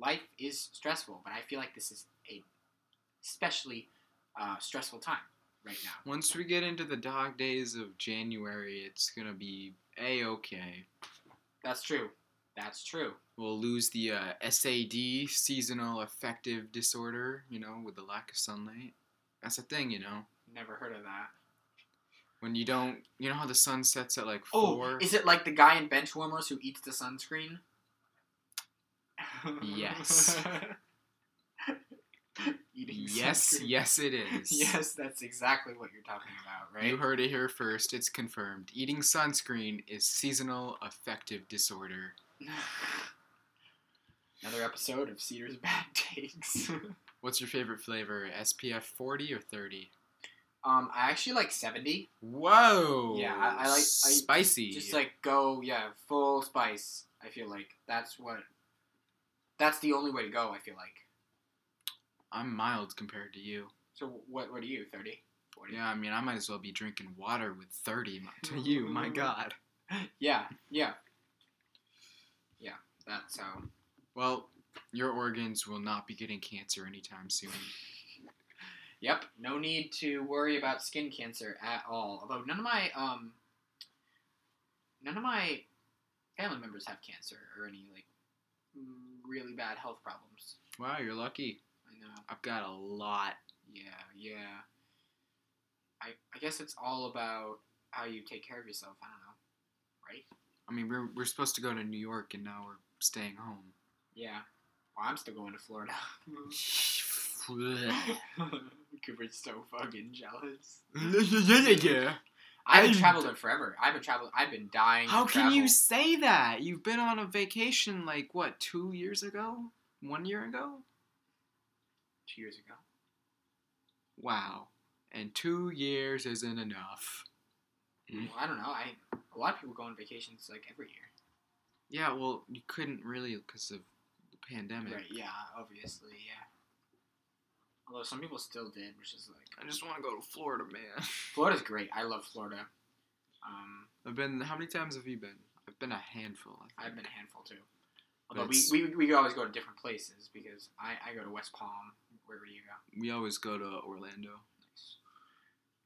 Speaker 1: Life is stressful, but I feel like this is a especially uh, stressful time right now.
Speaker 2: Once we get into the dog days of January, it's gonna be a okay.
Speaker 1: That's true. That's true.
Speaker 2: We'll lose the uh, SAD, seasonal affective disorder, you know, with the lack of sunlight. That's a thing, you know.
Speaker 1: Never heard of that.
Speaker 2: When you don't, you know how the sun sets at like
Speaker 1: Oh,
Speaker 2: four?
Speaker 1: is it like the guy in Benchwarmers who eats the sunscreen?
Speaker 2: Yes.
Speaker 1: Eating
Speaker 2: yes,
Speaker 1: sunscreen.
Speaker 2: yes, it is.
Speaker 1: Yes, that's exactly what you're talking about, right?
Speaker 2: You heard it here first. It's confirmed. Eating sunscreen is seasonal affective disorder.
Speaker 1: Another episode of Cedar's Bad Takes.
Speaker 2: What's your favorite flavor? SPF 40 or 30?
Speaker 1: um, I actually like 70.
Speaker 2: Whoa!
Speaker 1: Yeah, I- I like- I-
Speaker 2: spicy.
Speaker 1: Just like go, yeah, full spice. I feel like that's what. That's the only way to go. I feel like.
Speaker 2: I'm mild compared to you.
Speaker 1: So what? What are you? 30? 40?
Speaker 2: Yeah, I mean, I might as well be drinking water with 30 to you. My God.
Speaker 1: Yeah, yeah. Yeah, that's um, how.
Speaker 2: Well, your organs will not be getting cancer anytime soon.
Speaker 1: Yep, no need to worry about skin cancer at all. Although none of my um none of my family members have cancer or any like really bad health problems.
Speaker 2: Wow, you're lucky.
Speaker 1: I know.
Speaker 2: I've got a lot.
Speaker 1: Yeah, yeah. I I guess it's all about how you take care of yourself. I don't know. Right?
Speaker 2: I mean, we're, we're supposed to go to New York and now we're staying home.
Speaker 1: Yeah. Well, I'm still going to Florida. Cooper's so fucking jealous.
Speaker 2: yeah.
Speaker 1: I haven't
Speaker 2: I'm-
Speaker 1: traveled in forever. I haven't traveled. I've been dying.
Speaker 2: How
Speaker 1: to
Speaker 2: can you
Speaker 1: travel.
Speaker 2: say that? You've been on a vacation like what, two years ago? One year ago?
Speaker 1: Two years ago.
Speaker 2: Wow. And two years isn't enough. Mm.
Speaker 1: Well, I don't know. I a lot of people go on vacations like every year.
Speaker 2: Yeah, well, you couldn't really because of the pandemic.
Speaker 1: Right? Yeah. Obviously. Yeah. Although some people still did, which is like
Speaker 2: I just want to go to Florida, man.
Speaker 1: Florida's great. I love Florida. Um,
Speaker 2: I've been. How many times have you been? I've been a handful. I think.
Speaker 1: I've been a handful too. Although we,
Speaker 2: That's-
Speaker 1: we, we could always go to different places because I, I go to West Palm. Where do you go?
Speaker 2: We always go to Orlando.
Speaker 1: Nice.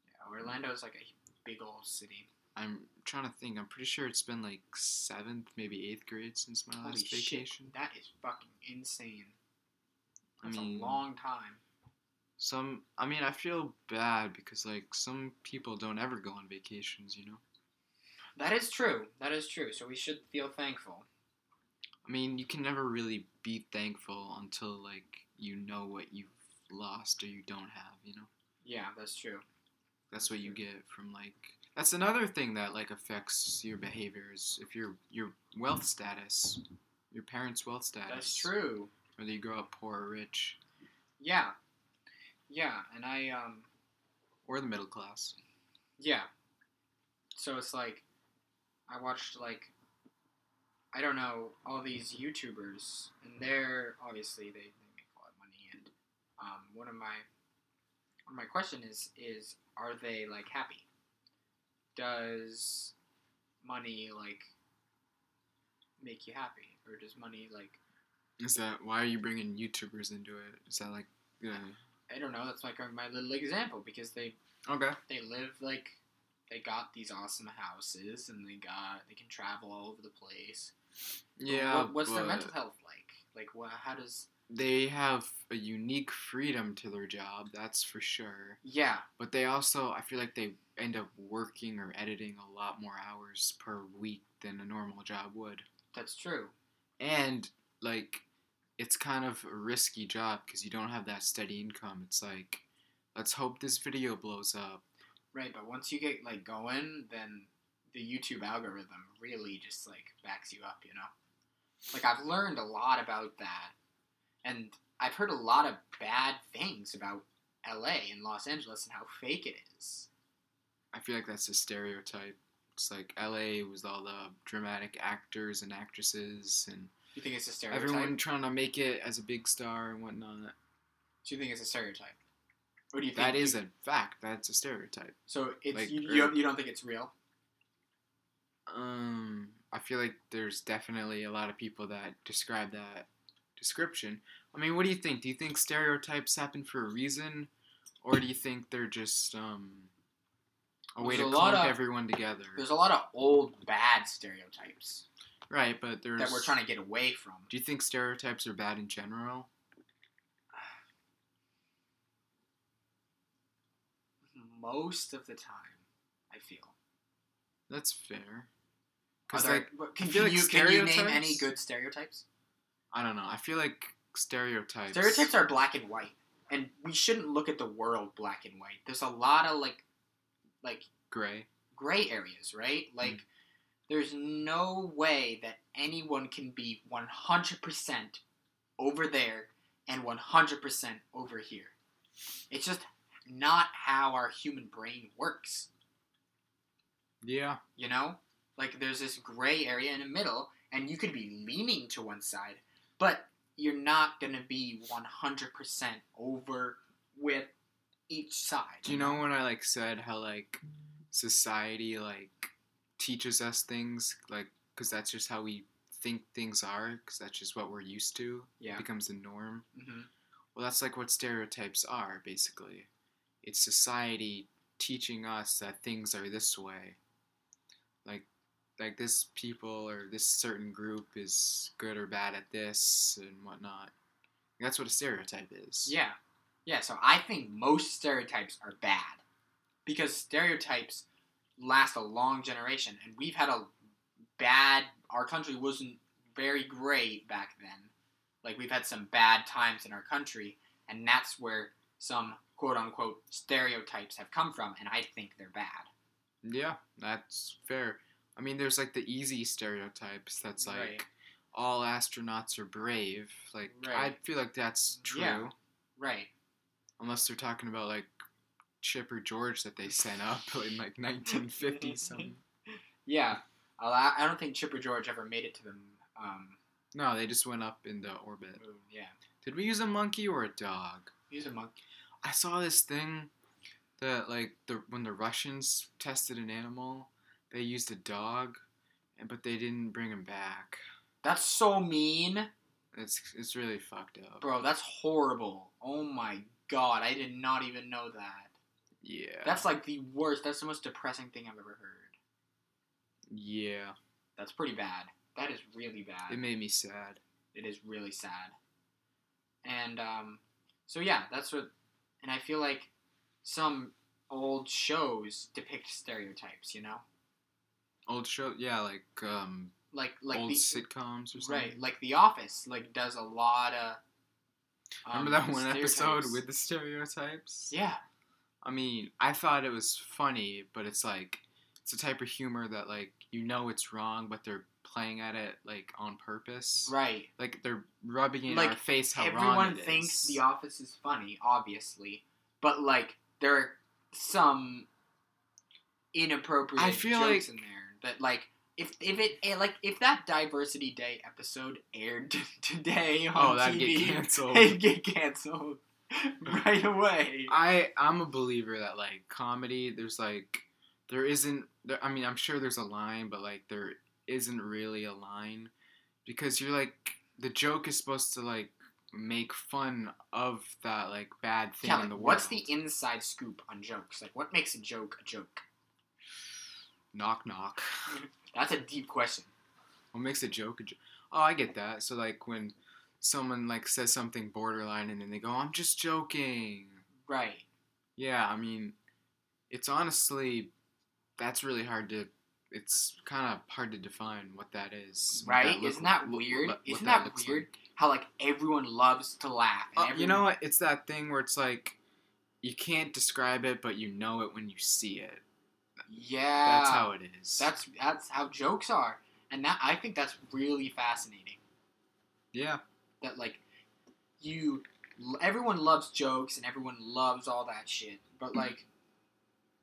Speaker 1: Yeah, Orlando's like a big old city.
Speaker 2: I'm trying to think. I'm pretty sure it's been like seventh, maybe eighth grade since my
Speaker 1: Holy
Speaker 2: last
Speaker 1: shit,
Speaker 2: vacation.
Speaker 1: That is fucking insane.
Speaker 2: I
Speaker 1: That's
Speaker 2: mean,
Speaker 1: a long time.
Speaker 2: some. I mean, I feel bad because like some people don't ever go on vacations. You know.
Speaker 1: That is true. That is true. So we should feel thankful.
Speaker 2: I mean, you can never really be thankful until like you know what you've lost or you don't have. You know.
Speaker 1: Yeah, that's true.
Speaker 2: That's what you get from like. That's another thing that like affects your behaviors. If your your wealth status, your parents' wealth status.
Speaker 1: That's true.
Speaker 2: Whether you grow up poor or rich,
Speaker 1: Yeah. Yeah, and I um
Speaker 2: or the middle class.
Speaker 1: Yeah. So it's like, I watched like, I don't know, all these YouTubers, and they're obviously they, they make a lot of money, and um, one of my one of my question is is are they like happy? Does money like make you happy, or does money like
Speaker 2: Is that why are you bringing YouTubers into it? Is that like yeah?
Speaker 1: I don't know? That's like my little example because they
Speaker 2: Okay.
Speaker 1: they live like they got these awesome houses and they got they can travel all over the place. But
Speaker 2: Yeah.
Speaker 1: what, what's their
Speaker 2: but
Speaker 1: mental health like? Like, what? How does?
Speaker 2: They have a unique freedom to their job, that's for sure.
Speaker 1: Yeah,
Speaker 2: But they also, I feel like they end up working or editing a lot more hours per week than a normal job would.
Speaker 1: that's true.
Speaker 2: And like, it's kind of a risky job because you don't have that steady income. It's like, let's hope this video blows up.
Speaker 1: Right, but once you get like going, then the YouTube algorithm really just like backs you up. You know, like I've learned a lot about that, and I've heard a lot of bad things about LA and Los Angeles and how fake it is.
Speaker 2: I feel like that's a stereotype. It's like LA was all the dramatic actors and actresses and
Speaker 1: You think it's a stereotype?
Speaker 2: everyone trying to make it as a big star and whatnot.
Speaker 1: Do you think it's a stereotype? Or do you think
Speaker 2: That
Speaker 1: you-
Speaker 2: is a fact. That's a stereotype.
Speaker 1: So it's
Speaker 2: Like,
Speaker 1: you,
Speaker 2: or-
Speaker 1: you, don't, you don't think it's real?
Speaker 2: Um, I feel like there's definitely a lot of people that describe that description. I mean, what do you think? Do you think stereotypes happen for a reason, or do you think they're just um, a way
Speaker 1: There's
Speaker 2: to
Speaker 1: a lot
Speaker 2: clump
Speaker 1: of-
Speaker 2: everyone together?
Speaker 1: There's a lot of old bad stereotypes
Speaker 2: Right, but there's.
Speaker 1: that we're trying to get away from.
Speaker 2: Do you think stereotypes are bad in general?
Speaker 1: Most of the time, I feel.
Speaker 2: That's fair.
Speaker 1: Are
Speaker 2: Because
Speaker 1: there,
Speaker 2: like
Speaker 1: but can,
Speaker 2: I feel
Speaker 1: can
Speaker 2: like
Speaker 1: you, can you name any
Speaker 2: stereotypes-
Speaker 1: good stereotypes?
Speaker 2: I don't know. I feel like stereotypes.
Speaker 1: Stereotypes are black and white, and we shouldn't look at the world black and white. There's a lot of like, like
Speaker 2: gray.
Speaker 1: gray areas, right?
Speaker 2: Mm-hmm.
Speaker 1: Like, there's no way that anyone can be 100% over there and 100% over here. It's just not how our human brain works,
Speaker 2: Yeah.
Speaker 1: you know? Like, there's this gray area in the middle, and you could be leaning to one side, but you're not going to be 100% over with each side.
Speaker 2: Do you
Speaker 1: Mm-hmm.
Speaker 2: know when I like said how like society like teaches us things like because that's just how we think things are because that's just what we're used to.
Speaker 1: Yeah.
Speaker 2: It becomes the norm.
Speaker 1: hmm
Speaker 2: Well, that's like what stereotypes are basically. It's society teaching us that things are this way. Like like this people or this certain group is good or bad at this and whatnot. That's what a stereotype is.
Speaker 1: Yeah. Yeah, so I think most stereotypes are bad because stereotypes last a long generation and we've had a bad our country wasn't very great back then. Like we've had some bad times in our country and that's where some quote unquote stereotypes have come from and I think they're bad.
Speaker 2: Yeah, that's fair. I mean, there's like the easy stereotypes that's like
Speaker 1: Right.
Speaker 2: all astronauts are brave. Like, I
Speaker 1: Right.
Speaker 2: feel like that's true.
Speaker 1: Yeah. Right.
Speaker 2: Unless they're talking about like Chipper George that they sent up in like 1950 something.
Speaker 1: Yeah. I I don't think Chipper George ever made it to the um,
Speaker 2: No, they just went up into orbit.
Speaker 1: moon. Yeah.
Speaker 2: Did we use a monkey or a dog?
Speaker 1: He's a monkey.
Speaker 2: I saw this thing that like the when the Russians tested an animal, they used a dog, and but they didn't bring him back.
Speaker 1: That's so mean,
Speaker 2: It's it's really fucked up.
Speaker 1: bro. That's horrible. Oh my god, I did not even know that.
Speaker 2: Yeah.
Speaker 1: That's like the worst. That's the most depressing thing I've ever heard.
Speaker 2: yeah.
Speaker 1: That's pretty bad. That is really bad.
Speaker 2: It made me sad.
Speaker 1: it is really sad. And um, so yeah, that's what. And I feel like some old shows depict stereotypes. You know,
Speaker 2: Old show, yeah, like um,
Speaker 1: like like
Speaker 2: old
Speaker 1: the
Speaker 2: sitcoms or something.
Speaker 1: right, like The Office, like does a lot of. um,
Speaker 2: Remember that one episode
Speaker 1: stereotypes.
Speaker 2: with the stereotypes?
Speaker 1: Yeah,
Speaker 2: I mean, I thought it was funny, but it's like it's a type of humor that like you know it's wrong, but they're playing at it like on purpose.
Speaker 1: right.
Speaker 2: Like they're rubbing in
Speaker 1: Like,
Speaker 2: our face how wrong
Speaker 1: Everyone
Speaker 2: it
Speaker 1: thinks
Speaker 2: is.
Speaker 1: The Office is funny, obviously, but like there are some inappropriate
Speaker 2: I feel like-
Speaker 1: jokes in there that like if if it eh, like if that Diversity Day episode aired t- today on
Speaker 2: oh, that'd
Speaker 1: TV,
Speaker 2: get canceled.
Speaker 1: it'd get canceled right away.
Speaker 2: I I'm a believer that like comedy, there's like there isn't. There, I mean, I'm sure there's a line, but like there isn't really a line because you're like the joke is supposed to like make fun of that like bad thing
Speaker 1: Yeah,
Speaker 2: in
Speaker 1: like,
Speaker 2: the world.
Speaker 1: what's the inside scoop on jokes? Like, what makes a joke a joke?
Speaker 2: knock knock?
Speaker 1: That's a deep question.
Speaker 2: What makes a joke a joke? Oh, I get that. So like when someone like says something borderline and then they go, "I'm just joking."
Speaker 1: Right.
Speaker 2: Yeah, I mean, it's honestly that's really hard to. It's kind of hard to define what that is. what
Speaker 1: Right?
Speaker 2: that look-
Speaker 1: Isn't that
Speaker 2: what-
Speaker 1: weird?
Speaker 2: what
Speaker 1: Isn't that
Speaker 2: looks
Speaker 1: weird?
Speaker 2: like.
Speaker 1: How like everyone loves to laugh. And
Speaker 2: Uh,
Speaker 1: everyone,
Speaker 2: you know what? It's that thing where it's like you can't describe it, but you know it when you see it.
Speaker 1: Yeah,
Speaker 2: That's how it is.
Speaker 1: that's that's how jokes are, and that I think that's really fascinating.
Speaker 2: yeah.
Speaker 1: That like you, everyone loves jokes and everyone loves all that shit,
Speaker 2: Mm-hmm.
Speaker 1: but like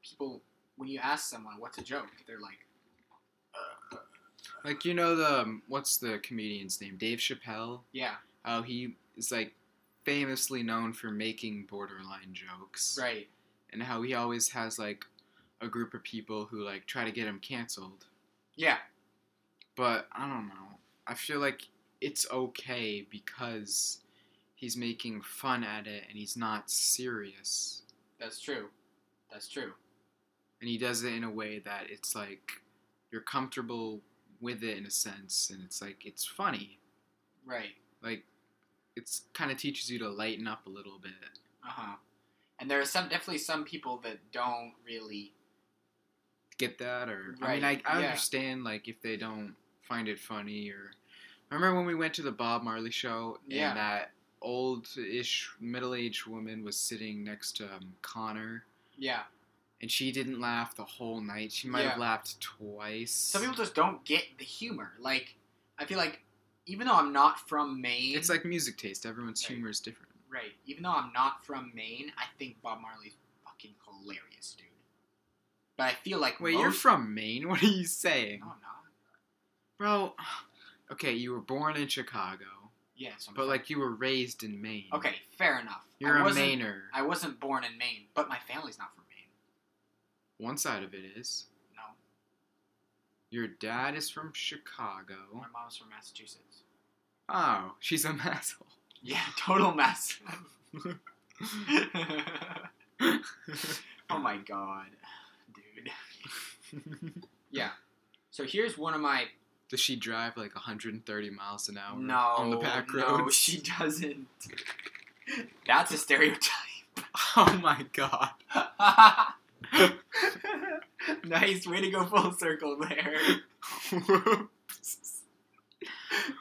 Speaker 1: people, when you ask someone what's a joke, they're like,
Speaker 2: Like you know the um, what's the comedian's name? Dave Chappelle.
Speaker 1: yeah,
Speaker 2: How he is like famously known for making borderline jokes.
Speaker 1: right,
Speaker 2: and how he always has like a group of people who like try to get him canceled.
Speaker 1: yeah,
Speaker 2: But I don't know. I feel like it's okay because he's making fun at it and he's not serious.
Speaker 1: that's true, that's true,
Speaker 2: And he does it in a way that it's like you're comfortable with it in a sense and it's like it's funny.
Speaker 1: right,
Speaker 2: Like it's kind of teaches you to lighten up a little bit.
Speaker 1: uh huh. And there are some definitely some people that don't really
Speaker 2: get that or I mean
Speaker 1: Right,
Speaker 2: I, I
Speaker 1: yeah.
Speaker 2: understand like if they don't find it funny or remember when we went to the Bob Marley show
Speaker 1: Yeah.
Speaker 2: and that old ish middle aged woman was sitting next to um, Connor
Speaker 1: yeah.
Speaker 2: and she didn't laugh the whole night. She might
Speaker 1: Yeah.
Speaker 2: have laughed twice.
Speaker 1: Some people just don't get the humor. Like I feel like even though I'm not from Maine,
Speaker 2: it's like music taste, everyone's
Speaker 1: Right.
Speaker 2: humor is different.
Speaker 1: Right. Even though I'm not from Maine, I think Bob Marley's fucking hilarious, dude. But I feel like
Speaker 2: Wait,
Speaker 1: most... Oh.
Speaker 2: you're from Maine? What are you saying?
Speaker 1: No, I'm not.
Speaker 2: Bro Okay, you were born in Chicago,
Speaker 1: Yes, I'm
Speaker 2: but
Speaker 1: from-
Speaker 2: like you were raised in Maine.
Speaker 1: okay, fair enough.
Speaker 2: You're
Speaker 1: I
Speaker 2: a
Speaker 1: wasn't,
Speaker 2: Mainer.
Speaker 1: I wasn't born in Maine, but my family's not from Maine.
Speaker 2: One side of it is.
Speaker 1: No,
Speaker 2: Your dad is from Chicago.
Speaker 1: my mom's from Massachusetts.
Speaker 2: Oh, she's a asshole.
Speaker 1: Yeah, total mess. oh my god, dude. Yeah. So here's one of my
Speaker 2: Does she drive like 130 miles an hour
Speaker 1: no
Speaker 2: on the back road?
Speaker 1: No, she doesn't. That's a stereotype.
Speaker 2: Oh my god.
Speaker 1: nice way to go full circle there.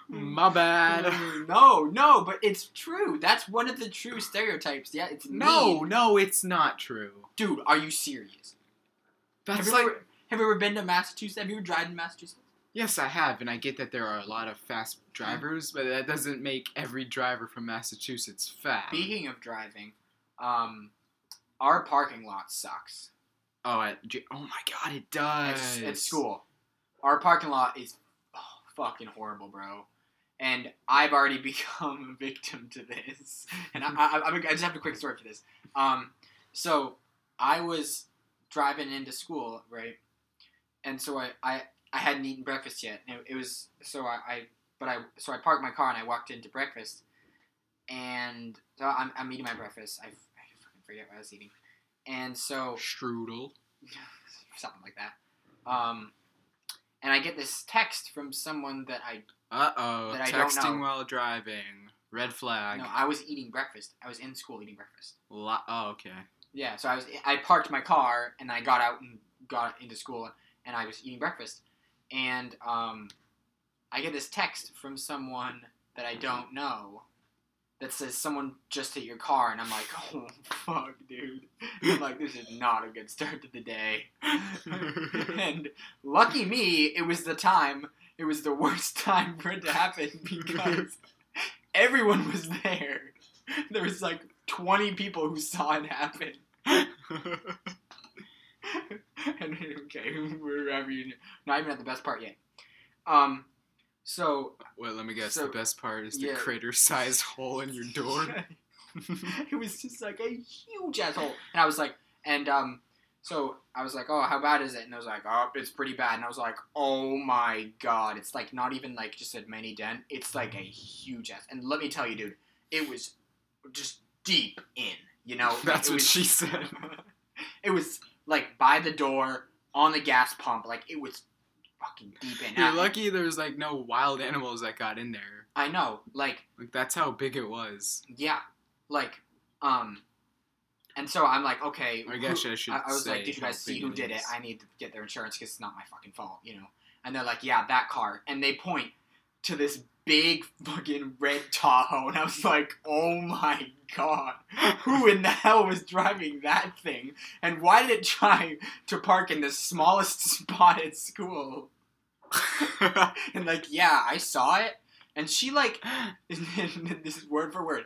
Speaker 2: my bad.
Speaker 1: Uh, no, no, but it's true. That's one of the true stereotypes. Yeah, it's
Speaker 2: No,
Speaker 1: mean.
Speaker 2: no, it's not true.
Speaker 1: dude. Are you serious?
Speaker 2: That's
Speaker 1: have you
Speaker 2: like
Speaker 1: ever, have you ever been to Massachusetts? Have you ever driven in Massachusetts?
Speaker 2: yes, I have, and I get that there are a lot of fast drivers, but that doesn't make every driver from Massachusetts fast.
Speaker 1: Speaking of driving, um, our parking lot sucks
Speaker 2: Oh, I, oh my god, it does.
Speaker 1: at, at school. Our parking lot is oh, fucking horrible, bro. And I've already become a victim to this. And I, I, I, I just have a quick story for this. Um, so I was driving into school, right? And so I, I, I hadn't eaten breakfast yet. And it, was, so I, I but I so I parked my car and I walked into breakfast, and so I'm, I'm eating my breakfast. I, I fucking forget what I was eating, and so
Speaker 2: Strudel.
Speaker 1: something like that. Um, and I get this text from someone that I
Speaker 2: Uh oh.
Speaker 1: That I don't
Speaker 2: Texting
Speaker 1: know.
Speaker 2: while driving. Red flag.
Speaker 1: no I was eating breakfast. I was in school eating breakfast.
Speaker 2: Lo- oh, okay.
Speaker 1: Yeah, so I was I parked my car and I got out and got into school and I was eating breakfast, and um, I get this text from someone that I don't know that says someone just hit your car and I'm like, oh fuck, dude, I'm like this is not a good start to the day. and lucky me, it was the time. It was the worst time for it to happen because everyone was there. There was like 20 people who saw it happen. and okay, we're I mean, not even at the best part yet. Um, so
Speaker 2: Wait, let me guess.
Speaker 1: So-
Speaker 2: the best part is the
Speaker 1: yeah.
Speaker 2: crater-sized hole in your door.
Speaker 1: it was just like a huge asshole, and I was like, and um, so I was like, oh, how bad is it? And I was like, oh, it's pretty bad. And I was like, oh my god, it's like not even like just a mini dent. It's like a huge ass. And let me tell you, dude, it was just deep in. You know,
Speaker 2: That's
Speaker 1: It
Speaker 2: what
Speaker 1: was-
Speaker 2: she said.
Speaker 1: it was like by the door on the gas pump. Like it was fucking deep in.
Speaker 2: You're
Speaker 1: I-
Speaker 2: lucky there's like no wild animals that got in there.
Speaker 1: I know. Like
Speaker 2: Like that's how big it was.
Speaker 1: yeah, like um, and so I'm like, okay.
Speaker 2: I
Speaker 1: who-
Speaker 2: guess I should.
Speaker 1: I, I was
Speaker 2: say
Speaker 1: like, did you
Speaker 2: how
Speaker 1: guys see
Speaker 2: big
Speaker 1: who did it?
Speaker 2: is.
Speaker 1: I need to get their insurance because it's not my fucking fault, you know. And they're like, yeah, that car. And they point to this big fucking red Tahoe, and I was like, oh my god, who in the hell was driving that thing? And why did it try to park in the smallest spot at school? and like, yeah, I saw it. And she like, this is word for word.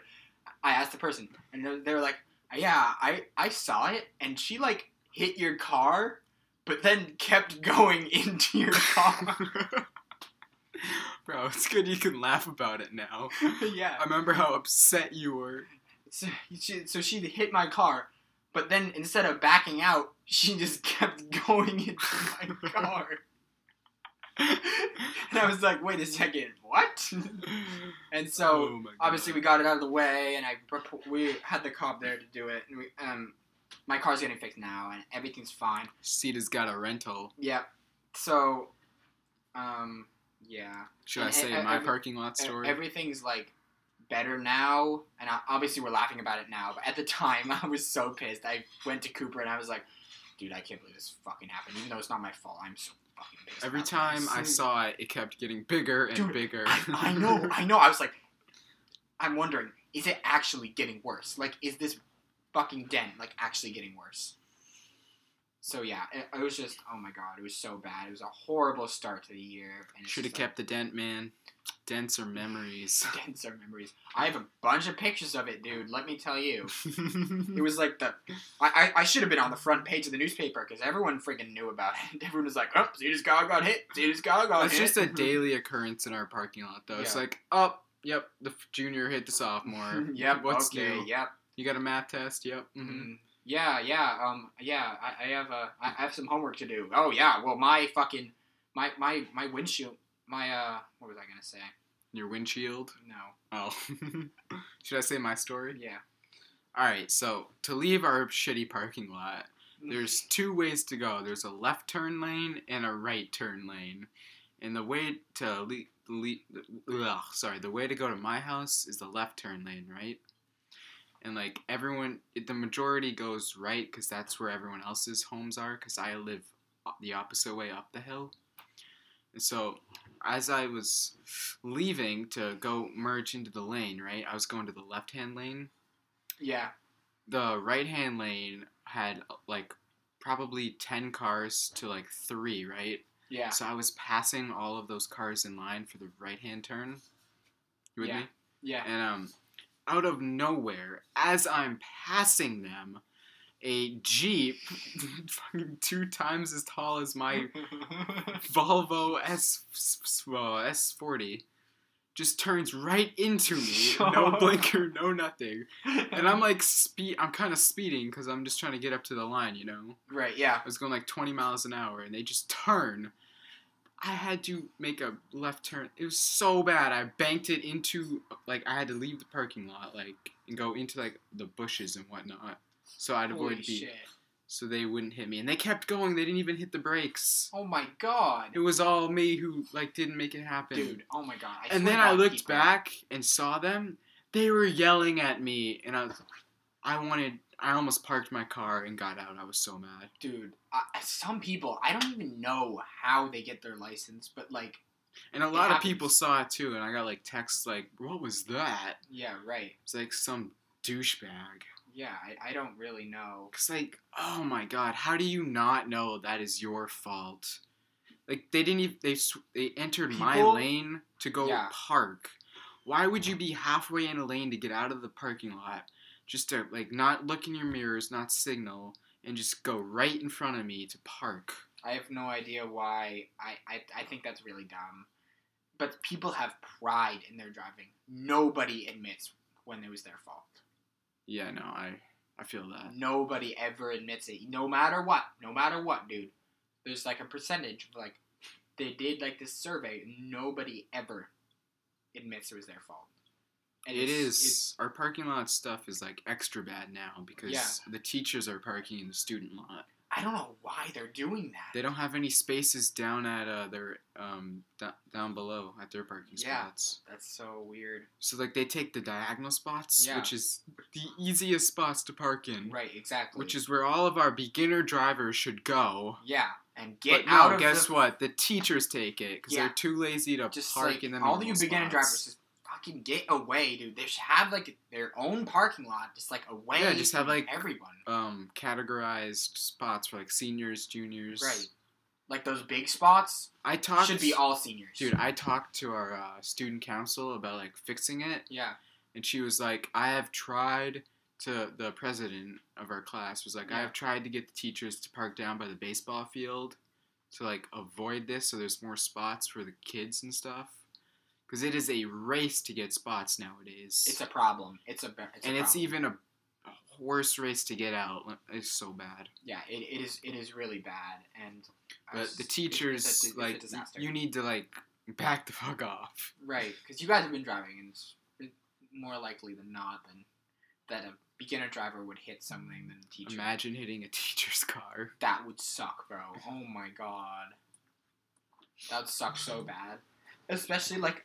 Speaker 1: I asked the person, and they- they were like, yeah, I I saw it, and she like hit your car, but then kept going into your car.
Speaker 2: Bro, it's good you can laugh about it now.
Speaker 1: yeah.
Speaker 2: I remember how upset you were.
Speaker 1: So she, so she hit my car, but then instead of backing out, she just kept going into my car. and I was like, wait a second, what? and so
Speaker 2: Oh my God.
Speaker 1: obviously we got it out of the way and I repo- we had the cop there to do it and we um my car's getting fixed now and everything's fine.
Speaker 2: Sita's got a rental.
Speaker 1: Yep. So um yeah.
Speaker 2: Should I
Speaker 1: And-
Speaker 2: say
Speaker 1: and-
Speaker 2: my
Speaker 1: every-
Speaker 2: parking lot
Speaker 1: E-
Speaker 2: story?
Speaker 1: Everything's like better now and I, obviously we're laughing about it now, but at the time I was so pissed. I went to Cooper and I was like, dude, I can't believe this fucking happened even though it's not my fault. I'm so fucking pissed.
Speaker 2: Every
Speaker 1: about
Speaker 2: time
Speaker 1: this."
Speaker 2: I saw it, it kept getting bigger and
Speaker 1: Dude,
Speaker 2: bigger.
Speaker 1: I, I know, I know. I was like, I'm wondering, is it actually getting worse? Like, is this fucking dent like actually getting worse? So yeah, it, it was just oh my god, it was so bad. It was a horrible start to the year. and it's
Speaker 2: Should have
Speaker 1: just, like,
Speaker 2: kept the dent, man. Dents are memories.
Speaker 1: dents are memories. I have a bunch of pictures of it, dude. Let me tell you, it was like the I I, I should have been on the front page of the newspaper because everyone freaking knew about it. Everyone was like, oh, Zetas Gal got hit. Zetas Gal got
Speaker 2: It's
Speaker 1: hit.
Speaker 2: just a daily occurrence in our parking lot, though. It's
Speaker 1: Yeah.
Speaker 2: like, oh, yep, the f- junior hit the sophomore.
Speaker 1: yep.
Speaker 2: What's
Speaker 1: okay.
Speaker 2: new?
Speaker 1: Yep.
Speaker 2: You got a math test? Yep. hmm
Speaker 1: Mm, yeah, yeah, um, yeah. I, I have uh, I, I have some homework to do. Oh yeah, well my fucking my my my windshield my uh what was I gonna say?
Speaker 2: Your windshield.
Speaker 1: No,
Speaker 2: Oh. Should I say my story?
Speaker 1: yeah.
Speaker 2: All right, so to leave our shitty parking lot, there's two ways to go. There's a left turn lane and a right turn lane. And the way to le- le- ugh, sorry, the way to go to my house is the left turn lane, right? And like everyone, it- the majority goes right because that's where everyone else's homes are. Because I live o- the opposite way up the hill. And so, as I was leaving to go merge into the lane, right? I was going to the left hand lane
Speaker 1: yeah.
Speaker 2: the right hand lane had like probably 10 cars to like three, right?
Speaker 1: Yeah.
Speaker 2: So I was passing all of those cars in line for the right hand turn. You with
Speaker 1: Yeah.
Speaker 2: me?
Speaker 1: Yeah.
Speaker 2: And um, out of nowhere, as I'm passing them, a Jeep, fucking two times as tall as my Volvo S, s- well, S40, just turns right into me. No blinker, no nothing and I'm like speed. I'm kind of speeding because I'm just trying to get up to the line. You know,
Speaker 1: right, yeah.
Speaker 2: I was going like 20 miles an hour, and they just turn I had to make a left turn. It was so bad. I banked it into like I had to leave the parking lot like and go into like the bushes and whatnot. So I'd
Speaker 1: Holy
Speaker 2: avoid the
Speaker 1: shit.
Speaker 2: so they wouldn't hit me. And they kept going. They didn't even hit the brakes.
Speaker 1: Oh my god.
Speaker 2: It was all me who like didn't make it happen.
Speaker 1: Dude, oh my god.
Speaker 2: and
Speaker 1: swear
Speaker 2: then
Speaker 1: to
Speaker 2: I
Speaker 1: God,
Speaker 2: looked
Speaker 1: people-
Speaker 2: back and saw them. They were yelling at me, and I was, I wanted, I almost parked my car and got out. I was so mad.
Speaker 1: Dude, I, some people, I don't even know how they get their license, but like,
Speaker 2: And a
Speaker 1: It
Speaker 2: lot of
Speaker 1: happens.
Speaker 2: people saw it too, and I got like texts like, "What was that?"
Speaker 1: yeah, right.
Speaker 2: It's like some douchebag.
Speaker 1: Yeah, I, I don't really know.
Speaker 2: Cause like, oh my god, how do you not know that is your fault? Like they didn't even they sw- they entered my
Speaker 1: People-
Speaker 2: lane to go
Speaker 1: Yeah.
Speaker 2: park. Why would you be halfway in a lane to get out of the parking lot just to like not look in your mirrors, not signal, and just go right in front of me to park?
Speaker 1: I have no idea why. I, I, I think that's really dumb. But people have pride in their driving. Nobody admits when it was their fault.
Speaker 2: Yeah, no, I I feel that.
Speaker 1: Nobody ever admits it, no matter what. No matter what, dude. There's like a percentage of like, they did like this survey. Nobody ever admits it was their fault.
Speaker 2: it
Speaker 1: it's-
Speaker 2: is our parking lot stuff is like extra bad now because
Speaker 1: Yeah.
Speaker 2: the teachers are parking in the student lot.
Speaker 1: I don't know why they're doing that.
Speaker 2: They don't have any spaces down at uh, their um d- down below at their parking
Speaker 1: Yeah.
Speaker 2: spots.
Speaker 1: That's so weird.
Speaker 2: So like they take the diagonal spots,
Speaker 1: Yeah.
Speaker 2: which is the easiest spots to park in,
Speaker 1: Right, exactly.
Speaker 2: Mm-hmm. which is where all of our beginner drivers should go.
Speaker 1: yeah, and get
Speaker 2: but
Speaker 1: out
Speaker 2: no,
Speaker 1: of
Speaker 2: guess
Speaker 1: the
Speaker 2: what? The teachers take it because
Speaker 1: Yeah.
Speaker 2: they're too lazy to
Speaker 1: just
Speaker 2: park
Speaker 1: like
Speaker 2: in the
Speaker 1: all you
Speaker 2: normal
Speaker 1: beginner drivers
Speaker 2: spots.
Speaker 1: just fucking get away, dude. They should have like their own parking lot, just like away.
Speaker 2: Yeah, just have,
Speaker 1: from
Speaker 2: like-
Speaker 1: everyone.
Speaker 2: um categorized spots for like seniors, juniors.
Speaker 1: Right. Like those big spots
Speaker 2: I talked
Speaker 1: should be all seniors.
Speaker 2: dude. I talked to our uh, student council about like fixing it.
Speaker 1: Yeah.
Speaker 2: and she was like, "I have tried to." The president of our class was like, "I
Speaker 1: Yeah.
Speaker 2: have tried to get the teachers to park down by the baseball field to like avoid this, so there's more spots for the kids and stuff." Because it is a race to get spots nowadays,
Speaker 1: It's a problem. It's a. ba- It's a
Speaker 2: and it's
Speaker 1: problem.
Speaker 2: even a worse race to get out. It's so bad.
Speaker 1: Yeah. It, it is. It is really bad. And. I
Speaker 2: e-, But
Speaker 1: was-
Speaker 2: the
Speaker 1: it-
Speaker 2: teachers,
Speaker 1: it's a, it's a
Speaker 2: like,
Speaker 1: disaster.
Speaker 2: you need to like back the fuck off.
Speaker 1: Right, because you guys have been driving, and it's more likely than not than that a beginner driver would hit something than a teacher.
Speaker 2: Imagine hitting a teacher's car.
Speaker 1: That would suck, bro. Oh my god. That would suck so
Speaker 2: Mm-hmm.
Speaker 1: bad. Especially like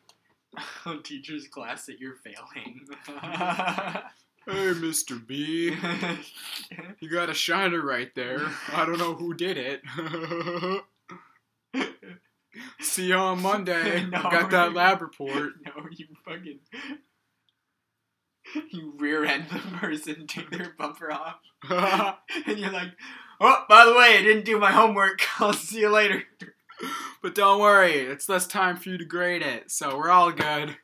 Speaker 1: a teacher's class that you're failing.
Speaker 2: Hey, Mr. B. You got a shiner right there. I don't know who did it. See you on Monday.
Speaker 1: No,
Speaker 2: got that
Speaker 1: you-
Speaker 2: lab report.
Speaker 1: no, you fucking. You rear end the person, take their bumper off,
Speaker 2: but
Speaker 1: and you're like, oh, by the way, I didn't do my homework. I'll see you later.
Speaker 2: don't worry, it's less time for you to grade it, so we're all good.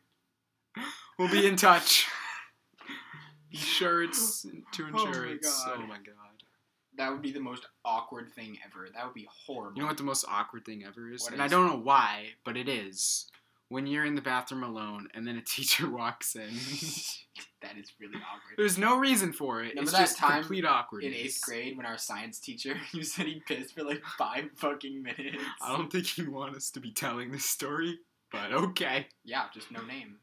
Speaker 2: We'll be in touch. Insurance to
Speaker 1: Oh my
Speaker 2: insurance.
Speaker 1: God.
Speaker 2: god.
Speaker 1: That would be the most awkward thing ever. That would be horrible.
Speaker 2: You know what the most awkward thing ever is?
Speaker 1: What
Speaker 2: and I
Speaker 1: is?
Speaker 2: don't know why, but it is. When you're in the bathroom alone and then a teacher walks in.
Speaker 1: that is really awkward.
Speaker 2: There's no reason for it.
Speaker 1: Remember
Speaker 2: it's
Speaker 1: that
Speaker 2: just
Speaker 1: time
Speaker 2: complete awkwardness.
Speaker 1: in eighth grade when our science teacher you said he pissed for like five fucking minutes.
Speaker 2: I don't think you want us to be telling this story, but okay.
Speaker 1: Yeah, just no name.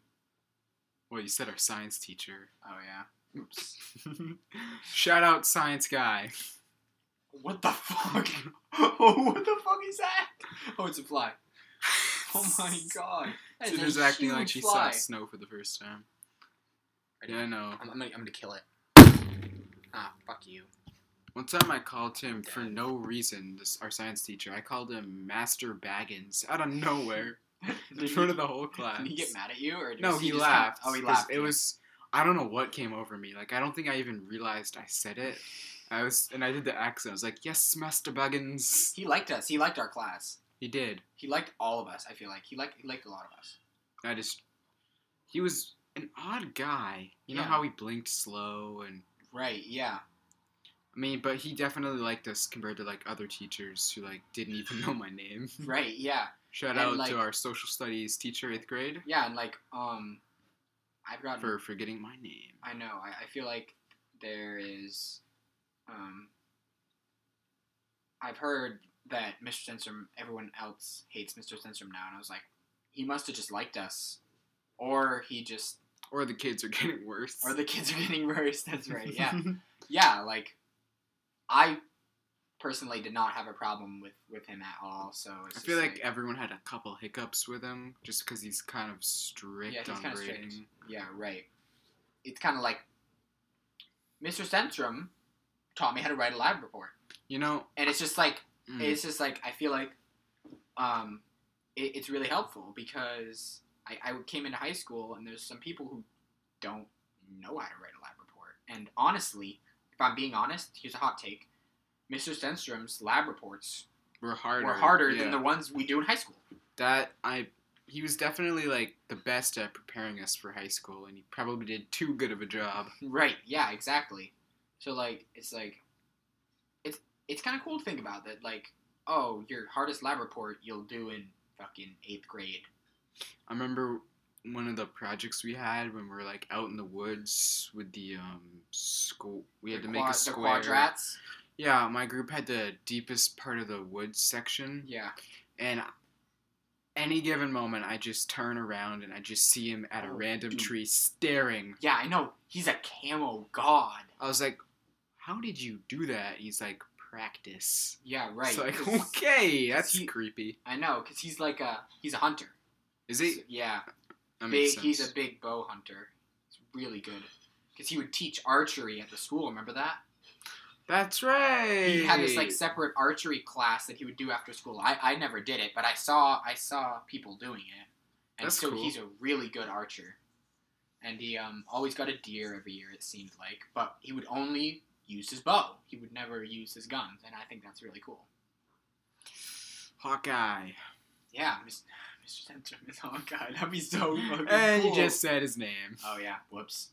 Speaker 2: Well, you said our science teacher.
Speaker 1: Oh yeah.
Speaker 2: Oops. Shout out science guy.
Speaker 1: What the fuck? oh, what the fuck is that? Oh, it's a fly. Oh my god. That is a
Speaker 2: Teacher's acting like
Speaker 1: huge
Speaker 2: she
Speaker 1: fly.
Speaker 2: saw snow for the first time. Yeah, I know.
Speaker 1: I'm, I'm gonna, I'm gonna kill it. Ah, fuck you.
Speaker 2: One time I called him for no reason. This our science teacher. I called him Master Baggins out of nowhere in
Speaker 1: Did
Speaker 2: front
Speaker 1: he,
Speaker 2: of the whole class.
Speaker 1: did he get mad at you or
Speaker 2: No,
Speaker 1: just-
Speaker 2: he,
Speaker 1: just kinda-
Speaker 2: laughed.
Speaker 1: oh, he
Speaker 2: 'cause
Speaker 1: laughed.
Speaker 2: It
Speaker 1: yeah.
Speaker 2: was I don't know what came over me. Like I don't think I even realized I said it. I was and I did the accent. I was like, "Yes, Master Buggins."
Speaker 1: He liked us. He liked our class.
Speaker 2: He did.
Speaker 1: He liked all of us. I feel like he liked he liked a lot of us.
Speaker 2: I just he was an odd guy. You know
Speaker 1: Yeah.
Speaker 2: how he blinked slow and
Speaker 1: Right. Yeah.
Speaker 2: I mean, but he definitely liked us compared to like other teachers who like didn't even know my name.
Speaker 1: Right. Yeah.
Speaker 2: Shout
Speaker 1: And,
Speaker 2: out
Speaker 1: like-
Speaker 2: to our social studies teacher, eighth grade,
Speaker 1: Yeah. And like um, I've gotten
Speaker 2: for forgetting my name.
Speaker 1: I know. I, I feel like there is. Um, I've heard that Mr. Sensum, everyone else hates Mr. Sensum now, and I was like, he must have just liked us, or he just,
Speaker 2: Or the kids are getting worse.
Speaker 1: or the kids are getting worse. That's right. Yeah, yeah. Like, I personally did not have a problem with with him at all. So
Speaker 2: I
Speaker 1: it's just
Speaker 2: feel like everyone had a couple hiccups with him just because he's kind of strict
Speaker 1: Yeah, he's
Speaker 2: on
Speaker 1: kinda strict.
Speaker 2: grading.
Speaker 1: Yeah, right. It's kind of like Mr. Centrum taught me how to write a lab report,
Speaker 2: You know,
Speaker 1: and it's just like
Speaker 2: mm,
Speaker 1: it's just like I feel like um, it, it's really helpful because I, I came into high school and there's some people who don't know how to write a lab report, and honestly, if I'm being honest, here's a hot take: Mr. Centrum's lab reports
Speaker 2: we're harder.
Speaker 1: were harder than
Speaker 2: yeah.
Speaker 1: the ones we do in high school.
Speaker 2: that I he was definitely like the best at preparing us for high school, and he probably did too good of a job.
Speaker 1: Right. Yeah. Exactly. So like, it's like, it's it's kind of cool to think about that. Like, oh, your hardest lab report you'll do in fucking eighth grade.
Speaker 2: I remember one of the projects we had when we were like out in the woods with the um school. We had
Speaker 1: The
Speaker 2: to make
Speaker 1: qua-
Speaker 2: a
Speaker 1: the
Speaker 2: square.
Speaker 1: quadrats.
Speaker 2: Yeah, my group had the deepest part of the woods section,
Speaker 1: Yeah.
Speaker 2: and any given moment, I just turn around and I just see him at a
Speaker 1: Oh,
Speaker 2: random
Speaker 1: dude.
Speaker 2: tree staring.
Speaker 1: Yeah. I know. He's a camo god.
Speaker 2: I was like, "How did you do that?" He's like, "Practice."
Speaker 1: Yeah. Right.
Speaker 2: It's like,
Speaker 1: 'Cause-
Speaker 2: okay, that's
Speaker 1: he-
Speaker 2: creepy.
Speaker 1: I know, cause he's like a he's a hunter.
Speaker 2: Is it?
Speaker 1: Yeah.
Speaker 2: That
Speaker 1: big.
Speaker 2: makes
Speaker 1: He's
Speaker 2: sense.
Speaker 1: a big bow hunter. He's really good. Cause he would teach archery at the school. Remember that?
Speaker 2: That's right.
Speaker 1: he had this like separate archery class that he would do after school. I, I never did it, but I saw I saw people doing it, and
Speaker 2: That's
Speaker 1: so
Speaker 2: cool.
Speaker 1: he's a really good archer, and he um always got a deer every year it seemed like, but he would only use his bow. He would never use his guns, and I think that's really cool.
Speaker 2: Hawkeye.
Speaker 1: Yeah, Mis- Mr. Centrum is on God. That'd be so fucking
Speaker 2: And
Speaker 1: cool.
Speaker 2: you just said his name.
Speaker 1: oh yeah, whoops.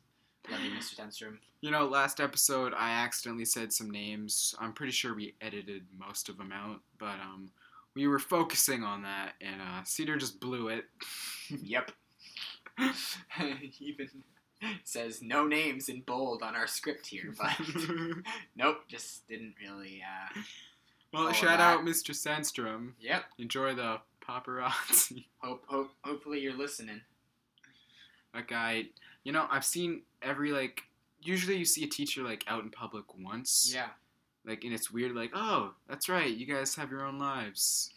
Speaker 1: Love you, Mr. Centrum.
Speaker 2: You know, last episode I accidentally said some names. I'm pretty sure we edited most of them out, but um, we were focusing on that, and uh, Cedar just blew it.
Speaker 1: Yep. he even says no names in bold on our script here, but. Nope, just didn't really. Uh,
Speaker 2: well,
Speaker 1: Oh,
Speaker 2: shout
Speaker 1: that-
Speaker 2: out Mr. Sandstrom.
Speaker 1: yep.
Speaker 2: Enjoy the paparazzi.
Speaker 1: Hope, hope, hopefully you're listening.
Speaker 2: that guy. You know, I've seen every like. Usually, you see a teacher like out in public once.
Speaker 1: Yeah.
Speaker 2: Like, and it's weird. Like, oh, that's right. You guys have your own lives.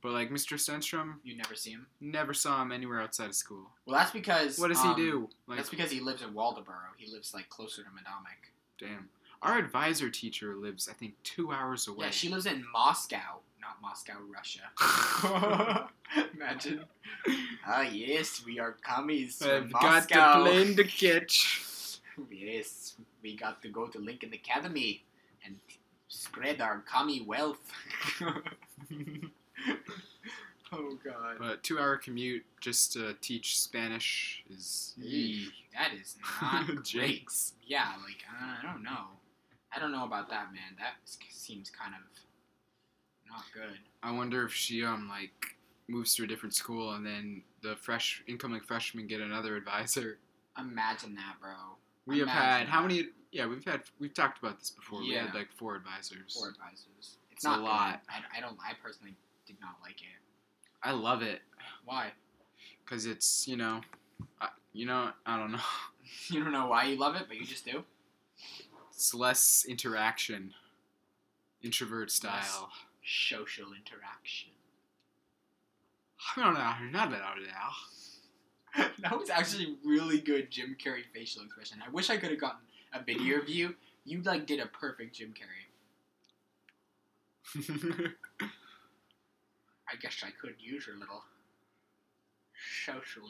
Speaker 2: But like, Mr. Sandstrom,
Speaker 1: You never see him.
Speaker 2: never saw him anywhere outside of school.
Speaker 1: Well, that's because.
Speaker 2: What does
Speaker 1: um,
Speaker 2: he do? Like,
Speaker 1: that's because he lives in Waldoboro. He lives like closer to Madomic.
Speaker 2: damn. Our advisor teacher lives, I think, two hours away.
Speaker 1: Yeah, she lives in Moscow, not Moscow, Russia. Imagine. Ah, yes, we are commies from
Speaker 2: I've got the
Speaker 1: Moscow.
Speaker 2: plane to catch.
Speaker 1: yes, we got to go to Lincoln Academy and spread our commie wealth. oh God.
Speaker 2: But two-hour commute just to teach Spanish is
Speaker 1: Eee, That is not great.
Speaker 2: Jinx.
Speaker 1: Yeah, like I don't know. I don't know about that, man. That s- seems kind of not good.
Speaker 2: I wonder if she um like moves to a different school and then the fresh incoming freshmen get another advisor.
Speaker 1: Imagine that, bro.
Speaker 2: We have
Speaker 1: Imagine
Speaker 2: had how
Speaker 1: that.
Speaker 2: many? Yeah, we've had we've talked about this before. We
Speaker 1: Yeah.
Speaker 2: had like four advisors.
Speaker 1: Four advisors. It's
Speaker 2: a
Speaker 1: not good.
Speaker 2: lot.
Speaker 1: I, I don't. I personally did not like it.
Speaker 2: I love it
Speaker 1: Why?
Speaker 2: because it's you know, I, you know I don't know.
Speaker 1: You don't know why you love it, but you just do.
Speaker 2: It's less interaction, introvert style.
Speaker 1: Social interaction.
Speaker 2: I don't know, not that I would know.
Speaker 1: that was actually really good Jim Carrey facial expression. I wish I could have gotten a video of you. You like did a perfect Jim Carrey. I guess I could use your little social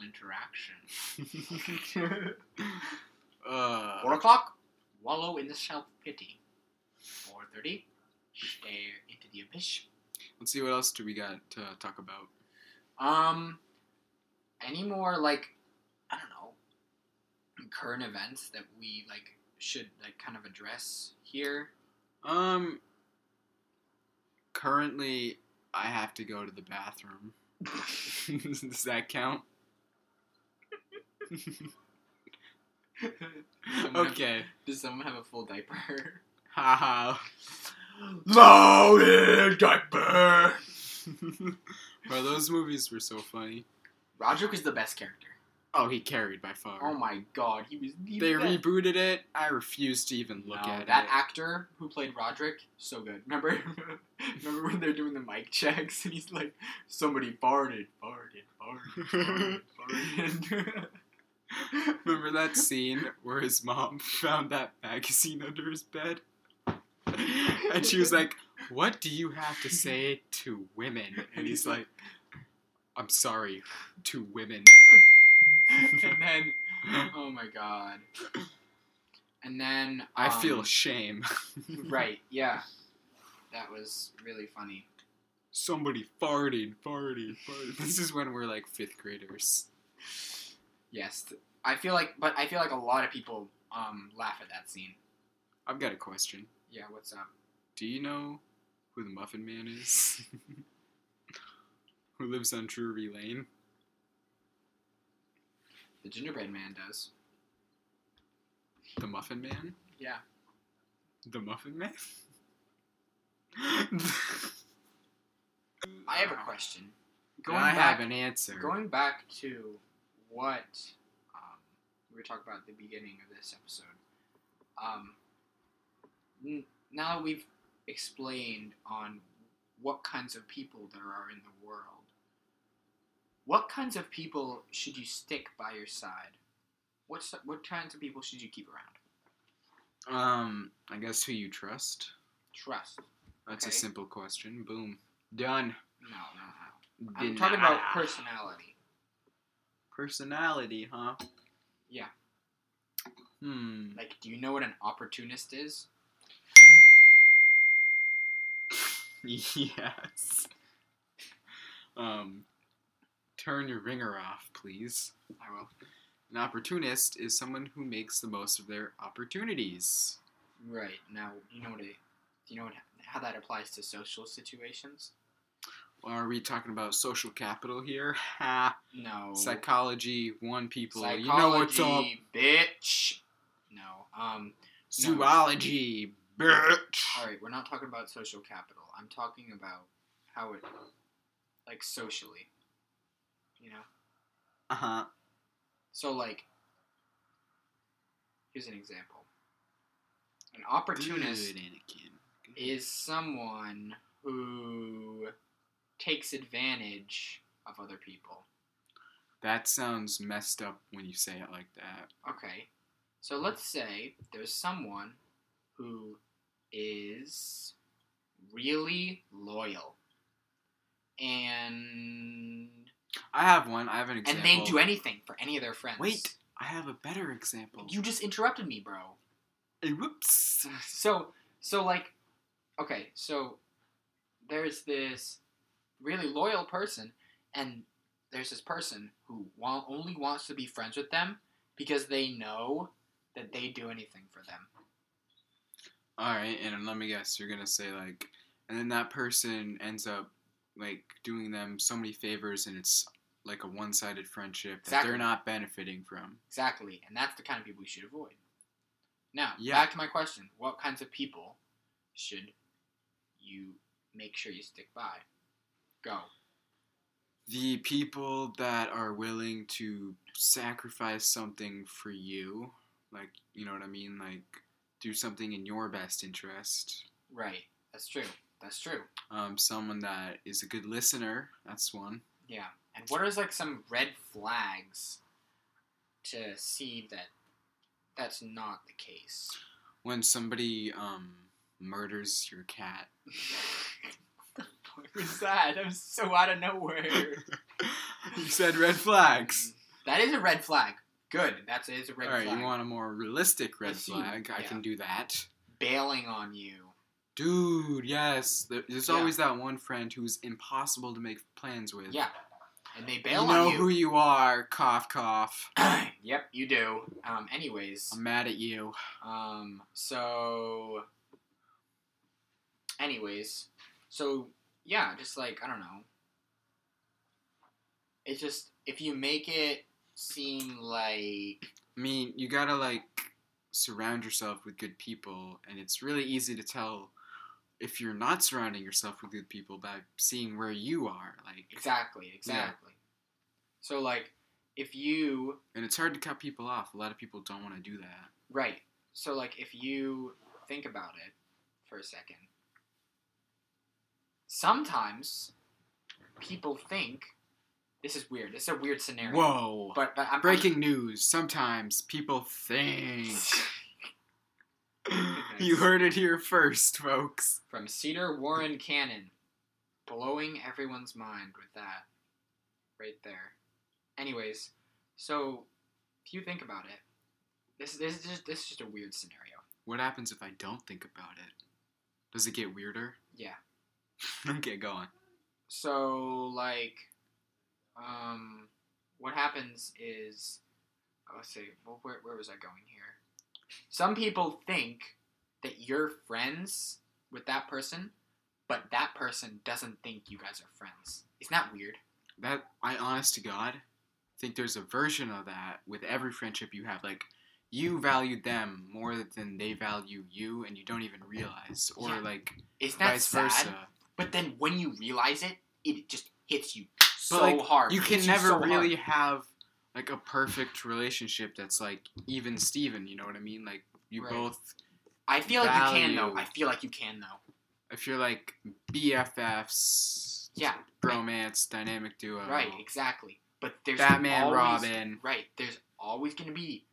Speaker 1: interaction.
Speaker 2: uh,
Speaker 1: Four o'clock, wallow in the self pity. Four thirty, stare into the abyss.
Speaker 2: let's see what else do we got to talk about.
Speaker 1: Um, any more like I don't know current events that we like should like kind of address here?
Speaker 2: Um, currently, I have to go to the bathroom. Does that count?
Speaker 1: Someone have-
Speaker 2: okay.
Speaker 1: does someone have a full diaper?
Speaker 2: Haha.
Speaker 1: Loaded diaper.
Speaker 2: Bro, those movies were so funny.
Speaker 1: Roderick is the best character.
Speaker 2: Oh, he carried by far.
Speaker 1: Oh my god, he was. the
Speaker 2: they
Speaker 1: best.
Speaker 2: rebooted it. I refuse to even look
Speaker 1: No,
Speaker 2: at
Speaker 1: that
Speaker 2: it.
Speaker 1: actor who played Roderick, so good. Remember, remember when they're doing the mic checks and he's like, "Somebody farted, farted, farted, farted." farted."
Speaker 2: Remember that scene where his mom found that magazine under his bed? And she was like, What do you have to say to women? And he's like, I'm sorry, to women.
Speaker 1: and then, oh my god. And then
Speaker 2: I
Speaker 1: um,
Speaker 2: feel shame.
Speaker 1: right. Yeah, that was really funny.
Speaker 2: Somebody farted, farted, farted. This is when we're like fifth graders.
Speaker 1: Yes, I feel like, but I feel like a lot of people um laugh at that scene.
Speaker 2: I've got a question.
Speaker 1: Yeah, what's up?
Speaker 2: Do you know who the Muffin Man is? who lives on Drury Lane?
Speaker 1: The gingerbread man does.
Speaker 2: The Muffin Man?
Speaker 1: Yeah.
Speaker 2: The Muffin Man?
Speaker 1: I have a question.
Speaker 2: Going I have an answer.
Speaker 1: Going back to what um, we were talking about at the beginning of this episode, um, n- now that we've explained on what kinds of people there are in the world, what kinds of people should you stick by your side? What, s- what kinds of people should you keep around?
Speaker 2: Um, I guess who you trust?
Speaker 1: Trust.
Speaker 2: That's
Speaker 1: Okay.
Speaker 2: a simple question. Boom. Done.
Speaker 1: No, no, no. I'm
Speaker 2: Denied. Ah.
Speaker 1: talking about personality.
Speaker 2: personality, huh?
Speaker 1: Yeah.
Speaker 2: Hmm.
Speaker 1: Like, do you know what an opportunist is?
Speaker 2: yes. Um, turn your ringer off, please.
Speaker 1: I will.
Speaker 2: An opportunist is someone who makes the most of their opportunities.
Speaker 1: Right now, you know what? A, you know what, how that applies to social situations?
Speaker 2: Are we talking about social capital here? Ha!
Speaker 1: No.
Speaker 2: Psychology, one people. You know what's up.
Speaker 1: Oh. Psychology, bitch. No. Um.
Speaker 2: Zoology, bitch.
Speaker 1: All right, we're not talking about social capital. I'm talking about how it, like, socially. You know.
Speaker 2: Uh huh.
Speaker 1: So like, here's an example. An opportunist is someone who takes advantage of other people.
Speaker 2: That sounds messed up when you say it like that.
Speaker 1: Okay. So let's say there's someone who is really loyal. And
Speaker 2: I have one. I have an example.
Speaker 1: and they do anything for any of their friends.
Speaker 2: Wait, I have a better example.
Speaker 1: You just interrupted me, bro.
Speaker 2: Hey, Whoops.
Speaker 1: So so like okay, so there's this really loyal person and there's this person who wa- only wants to be friends with them because they know that they do anything for them.
Speaker 2: All right, and let me guess, you're gonna say like, and then that person ends up like doing them so many favors, and it's like a one-sided friendship that
Speaker 1: Exactly.
Speaker 2: they're not benefiting from.
Speaker 1: Exactly, and that's the kind of people you should avoid. Now,
Speaker 2: Yeah.
Speaker 1: back to my question: What kinds of people should you make sure you stick by? Go.
Speaker 2: The people that are willing to sacrifice something for you, like you know what I mean, like do something in your best interest.
Speaker 1: Right. That's true. That's true.
Speaker 2: Um, someone that is a good listener. That's one.
Speaker 1: Yeah. And what are like some red flags to see that that's not the case?
Speaker 2: When somebody um murders your cat.
Speaker 1: what the fuck was that? I'm so out of nowhere.
Speaker 2: you said red flags.
Speaker 1: that is a red flag. Good. That's it is a red
Speaker 2: All right,
Speaker 1: flag.
Speaker 2: you want a more realistic red
Speaker 1: Let's see.
Speaker 2: flag? I
Speaker 1: Yeah.
Speaker 2: can do that.
Speaker 1: Bailing on you.
Speaker 2: Dude, yes. there- There's
Speaker 1: Yeah.
Speaker 2: always that one friend who's impossible to make plans with.
Speaker 1: Yeah. And they
Speaker 2: You
Speaker 1: bail
Speaker 2: know
Speaker 1: on you.
Speaker 2: who you are. Cough, cough.
Speaker 1: yep, you do. Um, anyways,
Speaker 2: I'm mad at you.
Speaker 1: um, so, anyways, so yeah, just like I don't know. It's just if you make it seem like
Speaker 2: I mean, you gotta like surround yourself with good people, and it's really easy to tell if you're not surrounding yourself with good people by seeing where you are, like
Speaker 1: Exactly, exactly. So like if you
Speaker 2: and it's hard to cut people off. A lot of people don't want to do that.
Speaker 1: right, so like if you think about it for a second, sometimes people think this is weird. This is a weird scenario.
Speaker 2: Whoa.
Speaker 1: But, but I'm
Speaker 2: Breaking news. Sometimes people think. you heard it here first, folks.
Speaker 1: from Cedar Warren Cannon, blowing everyone's mind with that right there. Anyways, so if you think about it, this this is just, this is just a weird scenario.
Speaker 2: What happens if I don't think about it? Does it get weirder?
Speaker 1: Yeah.
Speaker 2: okay, go on.
Speaker 1: So like, um, what happens is, oh, let's see, well, where where was I going here? Some people think that you're friends with that person, but that person doesn't think you guys are friends. Isn't that weird?
Speaker 2: That I honest to God think there's a version of that with every friendship you have. Like
Speaker 1: Mm-hmm.
Speaker 2: you value them more than they value you, and you don't even realize, or
Speaker 1: Yeah.
Speaker 2: like
Speaker 1: Isn't that
Speaker 2: vice
Speaker 1: sad?
Speaker 2: versa.
Speaker 1: But then when you realize it, it just hits you so
Speaker 2: But, like,
Speaker 1: hard.
Speaker 2: You
Speaker 1: It
Speaker 2: can
Speaker 1: hits
Speaker 2: never
Speaker 1: so
Speaker 2: really
Speaker 1: hard.
Speaker 2: have like a perfect relationship that's like even Steven, you know what I mean? Like you
Speaker 1: Right.
Speaker 2: both
Speaker 1: I feel like you can though.
Speaker 2: value.
Speaker 1: I feel like you can though.
Speaker 2: if you're like BFFs,
Speaker 1: Yeah.
Speaker 2: bromance, dynamic duo,
Speaker 1: Right. Exactly. But there's
Speaker 2: Oh. Batman,
Speaker 1: always,
Speaker 2: Robin.
Speaker 1: Right. There's always gonna be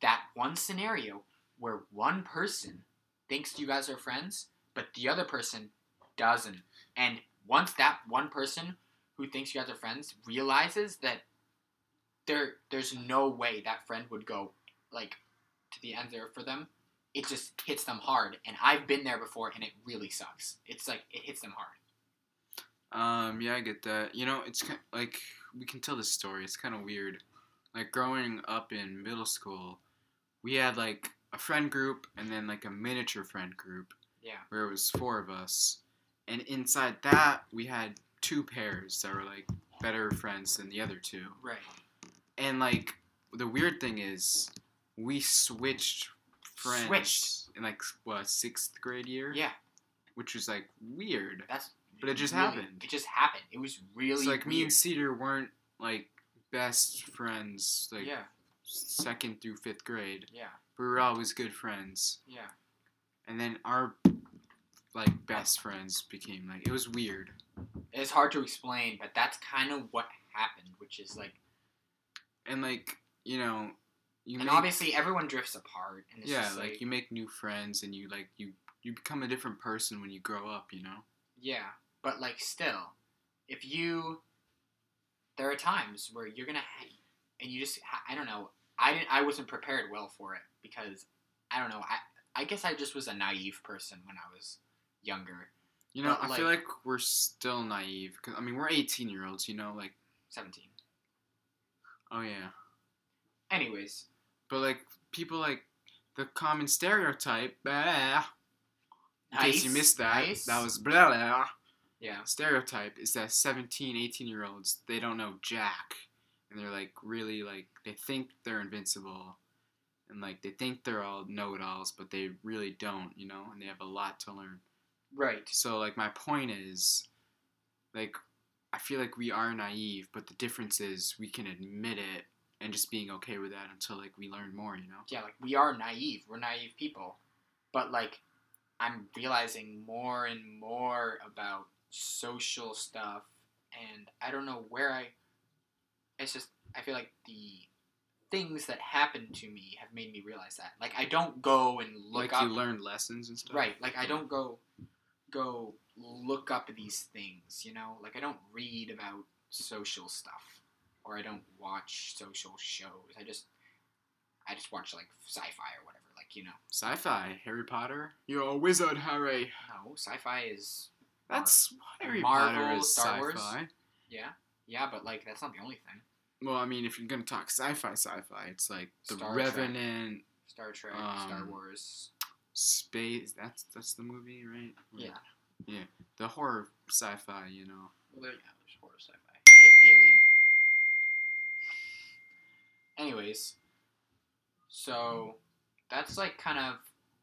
Speaker 1: that one scenario where one person thinks you guys are friends, but the other person doesn't. And once that one person who thinks you guys are friends realizes that there there's no way that friend would go like to the end there for them, it just hits them hard. And I've been there before and it really sucks. It's like it hits them hard.
Speaker 2: Um, yeah, I get that. You know, it's kind like we can tell this story. It's kind of weird. Like growing up in middle school, we had like a friend group and then like a miniature friend group
Speaker 1: Yeah.
Speaker 2: where it was four of us, and inside that we had two pairs that were like better friends than the other two.
Speaker 1: Right.
Speaker 2: And like the weird thing is, we switched friends
Speaker 1: Switched.
Speaker 2: in like what sixth grade year,
Speaker 1: Yeah.
Speaker 2: which was like weird.
Speaker 1: That's
Speaker 2: But it just
Speaker 1: really-
Speaker 2: happened.
Speaker 1: It just happened. It was really
Speaker 2: so like me
Speaker 1: weird.
Speaker 2: and Cedar weren't like best friends like
Speaker 1: yeah,
Speaker 2: second through fifth grade.
Speaker 1: yeah,
Speaker 2: We were always good friends,
Speaker 1: yeah.
Speaker 2: and then our like best friends became like it was weird.
Speaker 1: It's hard to explain, but that's kind of what happened, which is like,
Speaker 2: And like you know, you
Speaker 1: and
Speaker 2: make,
Speaker 1: obviously everyone drifts apart, and it's
Speaker 2: yeah
Speaker 1: just
Speaker 2: like you make new friends and you like you you become a different person when you grow up. You know.
Speaker 1: yeah, but like still, if you, there are times where you're gonna, ha- and you just, I don't know, I didn't, I wasn't prepared well for it because, I don't know, I, I guess I just was a naive person when I was younger,
Speaker 2: You know,
Speaker 1: But,
Speaker 2: I feel like we're still naive. 'cause, I mean, we're 18 year olds, you know, like,
Speaker 1: seventeen.
Speaker 2: oh yeah.
Speaker 1: Anyways,
Speaker 2: But, like, people like the common stereotype, bah, in case you
Speaker 1: Nice,
Speaker 2: missed that,
Speaker 1: nice.
Speaker 2: that was blah, blah.
Speaker 1: yeah,
Speaker 2: Stereotype is that 17, 18 year olds, they don't know Jack. And they're like, really, like, they think they're invincible. And, like, they think they're all know it alls, but they really don't, you know, and they have a lot to learn.
Speaker 1: right,
Speaker 2: So like my point is like I feel like we are naive, but the difference is we can admit it and just being okay with that until like we learn more, you know?
Speaker 1: yeah, like we are naive. We're naive people. But like I'm realizing more and more about social stuff and I don't know where I it's just I feel like the things that happened to me have made me realize that. Like I don't go and look
Speaker 2: like
Speaker 1: up
Speaker 2: you learn lessons and stuff.
Speaker 1: Right. Like I don't go go look up these things, you know? Like I don't read about social stuff or I don't watch social shows. I just I just watch like sci-fi or whatever, like, you know.
Speaker 2: Sci fi, Harry Potter. You're a wizard, Harry.
Speaker 1: No, sci-fi is
Speaker 2: That's Harry
Speaker 1: Marvel,
Speaker 2: Potter is
Speaker 1: Star
Speaker 2: sci
Speaker 1: Wars?
Speaker 2: fi.
Speaker 1: yeah. Yeah, but like that's not the only thing.
Speaker 2: Well, I mean if you're gonna talk sci fi sci fi, it's like the
Speaker 1: Star Trek.
Speaker 2: Revenant
Speaker 1: Star Trek, Star
Speaker 2: Um,
Speaker 1: Wars.
Speaker 2: Space that's that's the movie, right?
Speaker 1: Yeah.
Speaker 2: Yeah. The horror sci fi, you know.
Speaker 1: Well, there, yeah, there's horror sci-fi. A- Alien. Anyways, so that's like kind of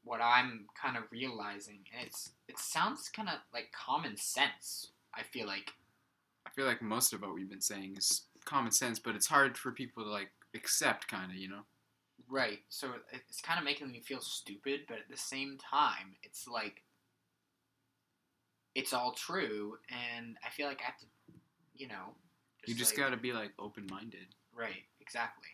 Speaker 1: what I'm kind of realizing, and it's it sounds kind of like common sense. I feel like
Speaker 2: I feel like most of what we've been saying is common sense, but it's hard for people to like accept, kind of, you know.
Speaker 1: right. So it- it's kind of making me feel stupid, but at the same time, it's like it's all true, and I feel like I have to, you know,
Speaker 2: you just
Speaker 1: like-
Speaker 2: gotta be like open minded.
Speaker 1: Right, exactly.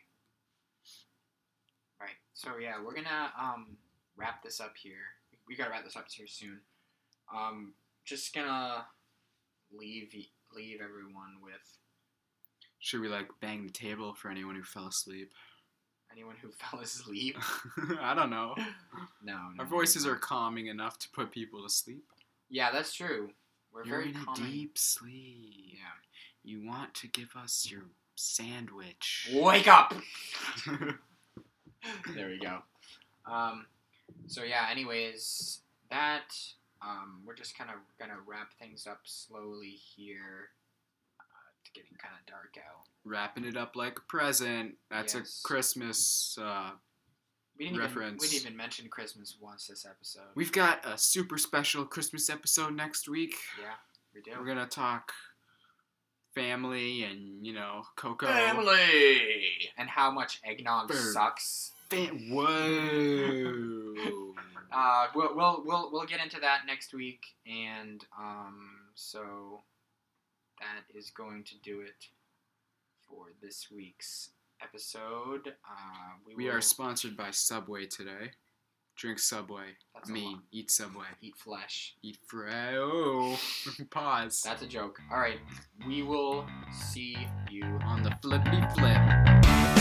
Speaker 1: Right. So yeah, we're gonna um wrap this up here. We gotta wrap this up here soon. Um, just gonna leave y- leave everyone with
Speaker 2: Should we like bang the table for anyone who fell asleep?
Speaker 1: anyone who fell asleep.
Speaker 2: I don't know.
Speaker 1: No, no.
Speaker 2: Our voices are calming enough to put people to sleep.
Speaker 1: Yeah, that's true. We're
Speaker 2: You're
Speaker 1: very
Speaker 2: in
Speaker 1: calming.
Speaker 2: a deep sleep.
Speaker 1: Yeah.
Speaker 2: You want to give us your sandwich.
Speaker 1: Wake up. there we go. Um, so yeah. Anyways, that um, we're just kind of gonna wrap things up slowly here. Uh, it's getting kind of dark out.
Speaker 2: Wrapping it up like a present. That's
Speaker 1: Yes.
Speaker 2: a Christmas. Uh,
Speaker 1: We didn't even
Speaker 2: Reference.
Speaker 1: we didn't even mention Christmas once this episode.
Speaker 2: we've got a super special Christmas episode next week.
Speaker 1: yeah, we do.
Speaker 2: We're gonna talk family and you know Coco.
Speaker 1: Family and how much eggnog
Speaker 2: Burn.
Speaker 1: sucks.
Speaker 2: Fam- Whoa.
Speaker 1: Uh, we'll, we'll we'll we'll get into that next week, and um, so that is going to do it for this week's episode. Uh, we
Speaker 2: we
Speaker 1: will-
Speaker 2: are sponsored by Subway today. Drink Subway.
Speaker 1: that's
Speaker 2: I
Speaker 1: a
Speaker 2: mean,
Speaker 1: lot.
Speaker 2: eat Subway.
Speaker 1: eat flesh.
Speaker 2: Eat fry. Oh, pause.
Speaker 1: That's a joke. All right, we will see you
Speaker 2: On the flippy flip.